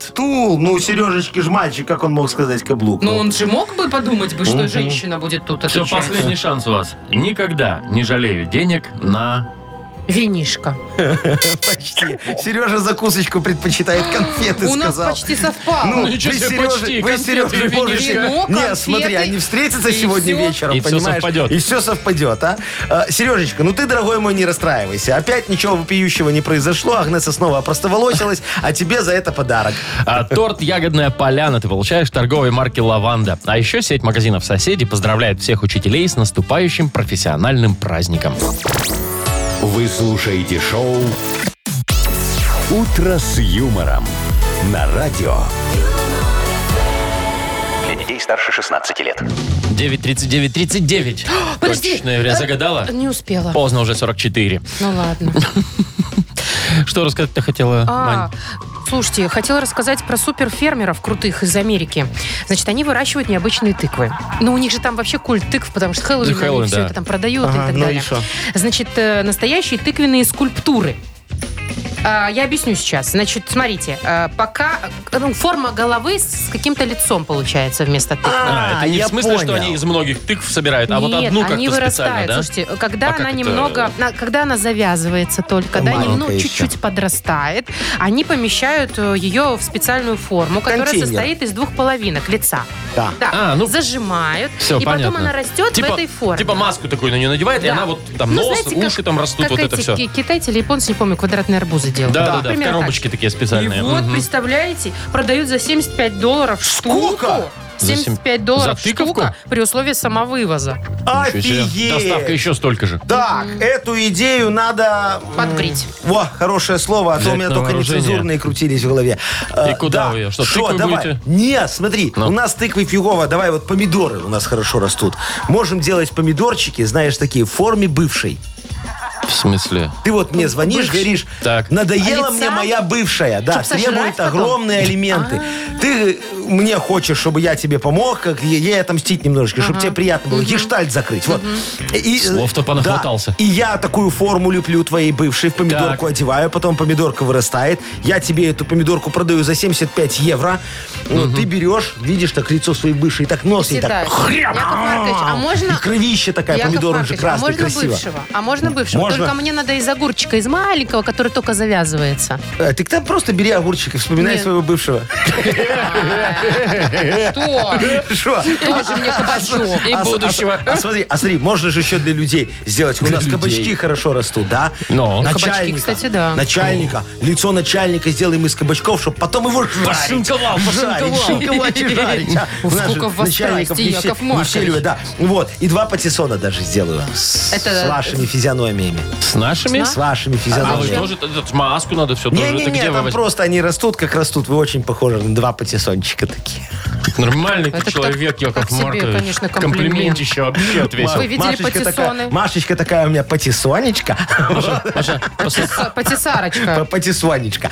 [SPEAKER 3] Стул. Ну, Сережечки ж мальчик, как он мог сказать каблук?
[SPEAKER 2] Ну, он же мог бы подумать, бы, что женщина будет тут
[SPEAKER 1] Все,
[SPEAKER 2] отвечать.
[SPEAKER 1] последний шанс у вас. Никогда не жалею денег на...
[SPEAKER 2] Винишко.
[SPEAKER 3] Почти. Сережа закусочку предпочитает конфеты,
[SPEAKER 2] У нас
[SPEAKER 3] сказал.
[SPEAKER 2] почти совпало.
[SPEAKER 3] Ну,
[SPEAKER 1] Ничего
[SPEAKER 3] вы с
[SPEAKER 1] себе,
[SPEAKER 3] Сережей-
[SPEAKER 1] почти.
[SPEAKER 3] вы с
[SPEAKER 1] Конфеты,
[SPEAKER 3] Сережей
[SPEAKER 1] винишко.
[SPEAKER 3] можете-
[SPEAKER 2] Вино, Ну, конфеты,
[SPEAKER 3] Нет, смотри, они встретятся
[SPEAKER 2] и
[SPEAKER 3] сегодня
[SPEAKER 2] всё.
[SPEAKER 3] вечером,
[SPEAKER 1] И всё
[SPEAKER 3] понимаешь?
[SPEAKER 1] совпадет.
[SPEAKER 3] И все совпадет, а? А, Сережечка, ну ты, дорогой мой, не расстраивайся. Опять ничего вопиющего не произошло. Агнеса снова опростоволосилась, а тебе за это подарок.
[SPEAKER 1] А торт «Ягодная поляна» ты получаешь торговой марки «Лаванда». А еще сеть магазинов «Соседи» поздравляет всех учителей с наступающим профессиональным праздником.
[SPEAKER 4] Вы слушаете шоу «Утро с юмором» на радио.
[SPEAKER 5] Для детей старше 16 лет.
[SPEAKER 1] 9.39.39.
[SPEAKER 2] [gasps] Подожди.
[SPEAKER 1] Точное время загадала?
[SPEAKER 3] Ну,
[SPEAKER 2] Не успела.
[SPEAKER 1] Поздно, уже 44.
[SPEAKER 2] Ну ладно.
[SPEAKER 1] Что рассказать-то хотела,
[SPEAKER 2] А,
[SPEAKER 1] Мань?
[SPEAKER 2] слушайте, хотела рассказать про суперфермеров крутых из Америки. Значит, они выращивают необычные тыквы. Но у них же там вообще культ тыкв, потому что Хэллоуин,
[SPEAKER 1] Да, Хэллоуин,
[SPEAKER 2] они все
[SPEAKER 1] да.
[SPEAKER 2] это там продают
[SPEAKER 3] Ага,
[SPEAKER 2] и так
[SPEAKER 3] ну и
[SPEAKER 2] далее.
[SPEAKER 3] шо?
[SPEAKER 2] Значит, э, настоящие тыквенные скульптуры. А, Я объясню сейчас. Значит, смотрите, э, пока э, ну, форма головы с каким-то лицом получается вместо тыквы.
[SPEAKER 1] А, это не
[SPEAKER 3] я
[SPEAKER 1] в смысле, что
[SPEAKER 3] понял.
[SPEAKER 1] они из многих тыкв собирают, а вот
[SPEAKER 2] Нет,
[SPEAKER 1] одну как-то
[SPEAKER 2] они
[SPEAKER 1] специально,
[SPEAKER 2] вырастают.
[SPEAKER 1] да?
[SPEAKER 2] Слушайте, когда
[SPEAKER 1] А как
[SPEAKER 2] она
[SPEAKER 1] это?
[SPEAKER 2] немного, на- когда она завязывается только, да,
[SPEAKER 3] Маленькая
[SPEAKER 2] нем- ну,
[SPEAKER 3] еще.
[SPEAKER 2] чуть-чуть подрастает, они помещают э, ее в специальную форму, которая
[SPEAKER 3] Контейнер.
[SPEAKER 2] состоит из двух половинок лица.
[SPEAKER 3] Да.
[SPEAKER 1] А, ну,
[SPEAKER 2] зажимают,
[SPEAKER 1] Все,
[SPEAKER 2] и
[SPEAKER 1] понятно.
[SPEAKER 2] потом она растет
[SPEAKER 1] Типа-
[SPEAKER 2] в этой форме.
[SPEAKER 1] Типа маску такую на нее надевает, и
[SPEAKER 2] Да.
[SPEAKER 1] она вот там
[SPEAKER 2] Ну,
[SPEAKER 1] нос,
[SPEAKER 2] знаете, как-
[SPEAKER 1] уши там растут,
[SPEAKER 2] как
[SPEAKER 1] вот это
[SPEAKER 2] эти
[SPEAKER 1] все.
[SPEAKER 2] ки- Китайцы или японцы, не помню, квадратные арбузы делают.
[SPEAKER 1] Да, да, да, в
[SPEAKER 2] Примерно так.
[SPEAKER 1] коробочке такие специальные.
[SPEAKER 2] И вот,
[SPEAKER 1] Мгм.
[SPEAKER 2] представляете, продают за 75 долларов штуку.
[SPEAKER 3] Сколько?
[SPEAKER 1] За сем-
[SPEAKER 2] 75 долларов
[SPEAKER 1] за тыковку?
[SPEAKER 2] штука при условии самовывоза.
[SPEAKER 1] Ничего себе. Доставка
[SPEAKER 3] Офигеть!
[SPEAKER 1] еще столько же.
[SPEAKER 3] Так, эту идею надо... м,
[SPEAKER 2] Подбрить.
[SPEAKER 3] Во, хорошее слово, а то
[SPEAKER 1] Взять
[SPEAKER 3] у меня
[SPEAKER 1] на
[SPEAKER 3] только
[SPEAKER 1] вооружение.
[SPEAKER 3] нецензурные крутились в голове. Э,
[SPEAKER 1] куда вы ее? Что, тыквы
[SPEAKER 3] давай?
[SPEAKER 1] будете?
[SPEAKER 3] Нет, смотри,
[SPEAKER 1] Ну.
[SPEAKER 3] у нас тыквы фигово, давай вот помидоры у нас хорошо растут. Можем делать помидорчики, знаешь, такие, в форме бывшей.
[SPEAKER 1] В смысле?
[SPEAKER 3] Ты вот мне звонишь, говоришь,
[SPEAKER 1] Так.
[SPEAKER 3] надоела
[SPEAKER 2] А лица?
[SPEAKER 3] мне моя бывшая, да,
[SPEAKER 2] Чтоб сожрать
[SPEAKER 3] требует
[SPEAKER 2] потом? А.
[SPEAKER 3] огромные элементы. Ты э, мне хочешь, чтобы я тебе помог, как е- ей отомстить немножечко, чтобы тебе приятно было, гештальт закрыть. Вот. И, э,
[SPEAKER 1] Слов-то
[SPEAKER 3] да.
[SPEAKER 1] понахватался.
[SPEAKER 3] И я такую форму леплю твоей бывшей, в помидорку
[SPEAKER 1] Так.
[SPEAKER 3] одеваю, потом помидорка вырастает. Я тебе эту помидорку продаю за 75 евро. Ну, Ты берешь, видишь так лицо своей бывшей, и так нос ей так
[SPEAKER 2] Съедают. Яков Маркович, а можно...
[SPEAKER 3] И кровище такая,
[SPEAKER 2] Яков
[SPEAKER 3] помидор уже
[SPEAKER 2] Маркович,
[SPEAKER 3] красный,
[SPEAKER 2] а можно
[SPEAKER 3] красиво.
[SPEAKER 2] бывшего? А можно бывшего?
[SPEAKER 3] Можно.
[SPEAKER 2] Только мне надо из огурчика, из маленького, который только завязывается.
[SPEAKER 3] Э, Ты там просто бери огурчик и вспоминай
[SPEAKER 2] Нет.
[SPEAKER 3] своего бывшего.
[SPEAKER 2] Что?
[SPEAKER 3] [laughs] Шо?
[SPEAKER 2] А. Тоже мне кабачок.
[SPEAKER 1] И
[SPEAKER 3] А с-
[SPEAKER 1] будущего.
[SPEAKER 3] А, с- а смотри, а смотри, можно же еще для людей сделать. У нас
[SPEAKER 1] людей.
[SPEAKER 3] кабачки хорошо растут, да?
[SPEAKER 1] Ну.
[SPEAKER 3] Начальника.
[SPEAKER 2] Кабачки, кстати, да.
[SPEAKER 3] Начальника. Лицо начальника сделаем из кабачков, чтобы потом его жарить.
[SPEAKER 1] Пошинковал,
[SPEAKER 3] Жарить,
[SPEAKER 1] пошинковал.
[SPEAKER 3] шинковать и жарить. а.
[SPEAKER 2] Ух,
[SPEAKER 3] У нас
[SPEAKER 2] сколько
[SPEAKER 3] же
[SPEAKER 2] в вас
[SPEAKER 3] начальников
[SPEAKER 2] страсти,
[SPEAKER 3] не все-
[SPEAKER 2] Яков
[SPEAKER 3] не все
[SPEAKER 2] Маркович.
[SPEAKER 3] любят, Да. Вот. И два патиссона даже сделаю. С
[SPEAKER 2] Это-
[SPEAKER 3] с вашими физиономиями.
[SPEAKER 1] С нашими?
[SPEAKER 3] С вашими
[SPEAKER 1] А вы
[SPEAKER 3] физиономиями.
[SPEAKER 1] тоже этот маску надо все тоже. Это
[SPEAKER 3] Не-не-не,
[SPEAKER 1] где вы
[SPEAKER 3] там
[SPEAKER 1] возьмете?
[SPEAKER 3] просто они растут, как растут. Вы очень похожи на два патиссончика такие.
[SPEAKER 1] Нормальный
[SPEAKER 2] Это
[SPEAKER 1] ты человек,
[SPEAKER 2] так-
[SPEAKER 1] Яков
[SPEAKER 2] так себе,
[SPEAKER 1] Маркович.
[SPEAKER 2] конечно, комплимент.
[SPEAKER 1] комплимент еще вообще отвесил.
[SPEAKER 2] Вы видели патиссоны?
[SPEAKER 3] Такая, Машечка такая у меня патиссонечка. [laughs]
[SPEAKER 2] Патисарочка.
[SPEAKER 3] Патиссонечка.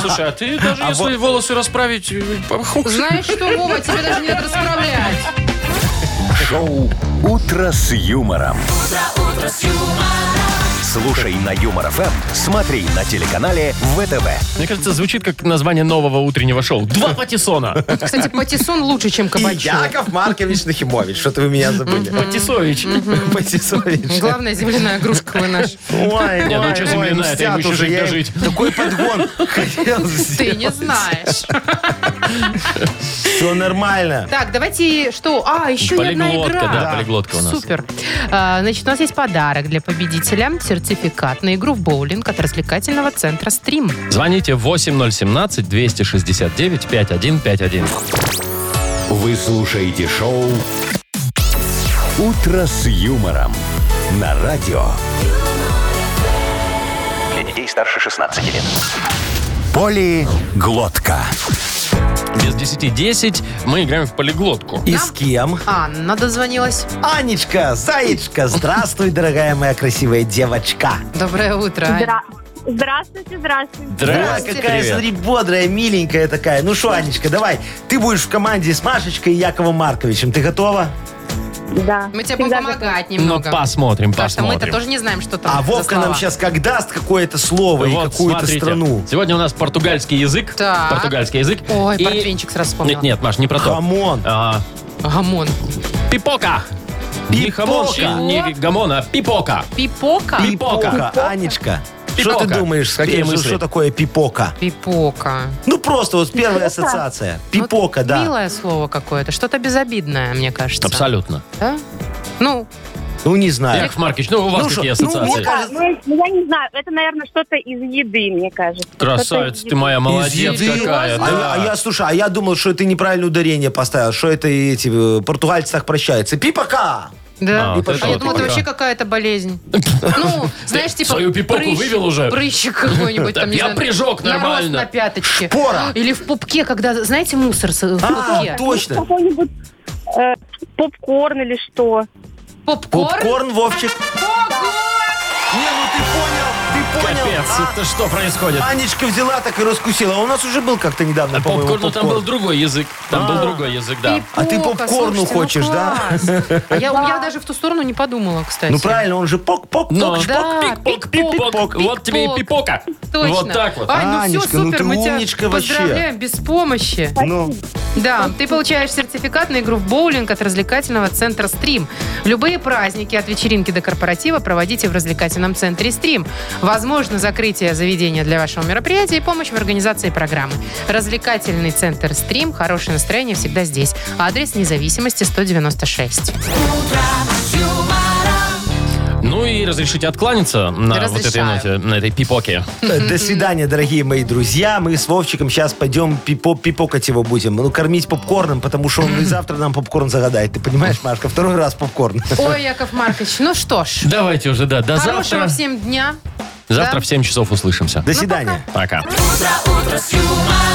[SPEAKER 1] Слушай, а ты даже если волосы расправить, э, похоже.
[SPEAKER 2] Знаешь что, Вова, тебе даже не надо расправлять.
[SPEAKER 4] Шоу «Утро с юмором». Слушай на Юмор ФМ, смотри на телеканале ВТВ.
[SPEAKER 1] Мне кажется, звучит как название нового утреннего шоу. Два патиссона.
[SPEAKER 2] Кстати, патиссон лучше, чем
[SPEAKER 3] И
[SPEAKER 2] кабачок.
[SPEAKER 3] Яков Маркович Нахимович. Что-то вы меня забыли.
[SPEAKER 1] Патисович.
[SPEAKER 3] Патиссонечка.
[SPEAKER 2] Главное, земляная игрушка вы наш.
[SPEAKER 3] Ой,
[SPEAKER 1] Не, ну
[SPEAKER 3] ой,
[SPEAKER 1] чё
[SPEAKER 3] ой,
[SPEAKER 1] земляная, это
[SPEAKER 3] мстят
[SPEAKER 1] им еще
[SPEAKER 3] уже,
[SPEAKER 1] жить
[SPEAKER 3] я им
[SPEAKER 1] дожить.
[SPEAKER 3] Такой подгон хотел
[SPEAKER 2] Ты не
[SPEAKER 3] сделать.
[SPEAKER 2] знаешь.
[SPEAKER 3] Все нормально.
[SPEAKER 2] Так, давайте что? А, еще и одна
[SPEAKER 1] Полиглотка,
[SPEAKER 2] игра.
[SPEAKER 1] да, полиглотка у нас.
[SPEAKER 2] Супер. А, значит, у нас есть подарок для победителя. Сертификат на игру в боулинг от развлекательного центра «Стрим».
[SPEAKER 1] Звоните 8017-269-5151.
[SPEAKER 4] Вы слушаете шоу «Утро с юмором» на радио.
[SPEAKER 5] Для детей старше 16 лет.
[SPEAKER 4] Поли Глотка.
[SPEAKER 1] Без 10-10 мы играем в полиглотку.
[SPEAKER 3] И с кем?
[SPEAKER 2] Анна дозвонилась.
[SPEAKER 3] Анечка, Заечка, здравствуй, дорогая моя красивая девочка.
[SPEAKER 2] Доброе утро. Ань.
[SPEAKER 8] Здра- Здравствуйте, здравствуйте.
[SPEAKER 3] Здравствуйте. какая,
[SPEAKER 1] Привет.
[SPEAKER 3] смотри, бодрая, миленькая такая. Ну что, Анечка, давай, ты будешь в команде с Машечкой и Яковом Марковичем. Ты готова?
[SPEAKER 8] Да.
[SPEAKER 2] Мы тебе будем
[SPEAKER 8] Всегда
[SPEAKER 2] помогать
[SPEAKER 1] Ну,
[SPEAKER 2] немного.
[SPEAKER 1] посмотрим,
[SPEAKER 2] Потому что мы-то
[SPEAKER 1] посмотрим.
[SPEAKER 2] тоже не знаем, что там
[SPEAKER 3] А
[SPEAKER 2] за
[SPEAKER 3] Вовка
[SPEAKER 2] слова.
[SPEAKER 3] нам сейчас как даст какое-то слово и
[SPEAKER 1] Вот,
[SPEAKER 3] какую-то
[SPEAKER 1] смотрите.
[SPEAKER 3] страну.
[SPEAKER 1] Сегодня у нас португальский язык.
[SPEAKER 2] Так.
[SPEAKER 1] Португальский язык.
[SPEAKER 2] Ой,
[SPEAKER 1] И-
[SPEAKER 2] портвинчик сразу вспомнил.
[SPEAKER 1] Нет, нет, Маш, не про то.
[SPEAKER 3] Камон.
[SPEAKER 1] А,
[SPEAKER 2] Гамон.
[SPEAKER 1] пипока. Не хамончи, не гамон, а пипока.
[SPEAKER 2] Пипока?
[SPEAKER 1] Пипока.
[SPEAKER 3] Анечка, что ты
[SPEAKER 1] Пипока.
[SPEAKER 3] думаешь,
[SPEAKER 1] Какие
[SPEAKER 3] э, что-
[SPEAKER 1] мысли?
[SPEAKER 3] что такое пипока?
[SPEAKER 2] Пипока.
[SPEAKER 3] Ну просто вот первая ассоциация. Пипока,
[SPEAKER 2] Вот
[SPEAKER 3] да.
[SPEAKER 2] Милое слово какое-то, что-то безобидное, мне кажется.
[SPEAKER 1] Абсолютно.
[SPEAKER 2] Да? Ну,
[SPEAKER 3] Ну не знаю.
[SPEAKER 1] Яков Маркович, ну у вас
[SPEAKER 3] Ну
[SPEAKER 1] какие
[SPEAKER 3] что, ну,
[SPEAKER 1] ассоциации?
[SPEAKER 3] мне кажется,
[SPEAKER 8] Ну, я- ну, я не знаю, это, наверное, что-то из еды, мне кажется. Что-то
[SPEAKER 1] Красавица
[SPEAKER 8] из
[SPEAKER 1] ты моя, молодец
[SPEAKER 3] Из еды?
[SPEAKER 1] какая.
[SPEAKER 3] А я-
[SPEAKER 1] да.
[SPEAKER 3] А я, слушай, а я думал, что это неправильное ударение поставил, что это и эти э, португальцы так прощаются. Пипока!
[SPEAKER 1] А,
[SPEAKER 2] да. А,
[SPEAKER 1] вот это
[SPEAKER 2] я
[SPEAKER 1] вот
[SPEAKER 2] думала, это
[SPEAKER 1] пока.
[SPEAKER 2] вообще какая-то болезнь.
[SPEAKER 1] [laughs]
[SPEAKER 2] Ну, знаешь, типа...
[SPEAKER 1] свою пипоку
[SPEAKER 2] прыщ-
[SPEAKER 1] вывел уже?
[SPEAKER 2] Прыщик
[SPEAKER 1] [laughs]
[SPEAKER 2] какой-нибудь там, не
[SPEAKER 1] Я
[SPEAKER 2] знаю,
[SPEAKER 1] прижег
[SPEAKER 2] нарост
[SPEAKER 1] нормально.
[SPEAKER 2] на пяточке.
[SPEAKER 3] Шпора.
[SPEAKER 2] Или в пупке, когда, знаете, мусор с- в
[SPEAKER 3] А,
[SPEAKER 2] пупке.
[SPEAKER 3] точно.
[SPEAKER 8] Ну, Какой-нибудь э, попкорн или что.
[SPEAKER 2] Попкорн?
[SPEAKER 3] Попкорн, Вовчик. Не, ну ты понял, ты понял.
[SPEAKER 1] Капец, это что происходит?
[SPEAKER 3] А, Анечка взяла так и раскусила. А У нас уже был как-то недавно,
[SPEAKER 1] А
[SPEAKER 3] по-моему,
[SPEAKER 1] попкорн, ну там был
[SPEAKER 3] попкорн.
[SPEAKER 1] другой язык. Там был
[SPEAKER 3] А.
[SPEAKER 1] другой язык, да.
[SPEAKER 2] Пипока,
[SPEAKER 3] А ты попкорну
[SPEAKER 2] слушайте,
[SPEAKER 3] хочешь,
[SPEAKER 2] ну
[SPEAKER 3] да?
[SPEAKER 2] класс. А я, я даже в ту сторону не подумала, кстати.
[SPEAKER 3] Ну правильно, он же пок-пок-пок.
[SPEAKER 1] Но.
[SPEAKER 3] шпок.
[SPEAKER 2] Да,
[SPEAKER 1] Пик-пок,
[SPEAKER 2] пик-пок,
[SPEAKER 1] пик-пок. Вот
[SPEAKER 2] пик-пок.
[SPEAKER 1] тебе и пипока.
[SPEAKER 2] Точно.
[SPEAKER 1] Вот так вот. а?
[SPEAKER 2] Ай, ну
[SPEAKER 3] Анечка,
[SPEAKER 2] все,
[SPEAKER 3] ну
[SPEAKER 2] супер,
[SPEAKER 3] ты
[SPEAKER 2] мы
[SPEAKER 3] умничка
[SPEAKER 2] тебя
[SPEAKER 3] вообще.
[SPEAKER 2] поздравляем без помощи.
[SPEAKER 3] Ну,
[SPEAKER 2] Да, ты получаешь сертификат на игру в боулинг от развлекательного центра «Стрим». Любые праздники от вечеринки до корпоратива проводите в развлекательном центре «Стрим». Возможно, закрытие заведения для вашего мероприятия и помощь в организации программы. Развлекательный центр «Стрим». Хорошее настроение всегда здесь. Адрес независимости 196.
[SPEAKER 1] Ну и разрешите откланяться на вот этой
[SPEAKER 2] Разрешаю.
[SPEAKER 1] ноте, на этой пипоке.
[SPEAKER 3] э, до свидания, дорогие мои друзья. Мы с Вовчиком сейчас пойдем пипо- пипокать его будем. Ну, кормить попкорном, потому что он и завтра нам попкорн загадает. Ты понимаешь, Машка? Второй раз попкорн.
[SPEAKER 2] Ой, Яков Маркович, ну что ж.
[SPEAKER 1] Давайте уже, да, до
[SPEAKER 2] Хорошего
[SPEAKER 1] завтра.
[SPEAKER 2] всем дня.
[SPEAKER 1] Завтра
[SPEAKER 2] да.
[SPEAKER 1] в 7 часов услышимся.
[SPEAKER 3] До свидания.
[SPEAKER 1] Пока.
[SPEAKER 9] утро, утро с юмором.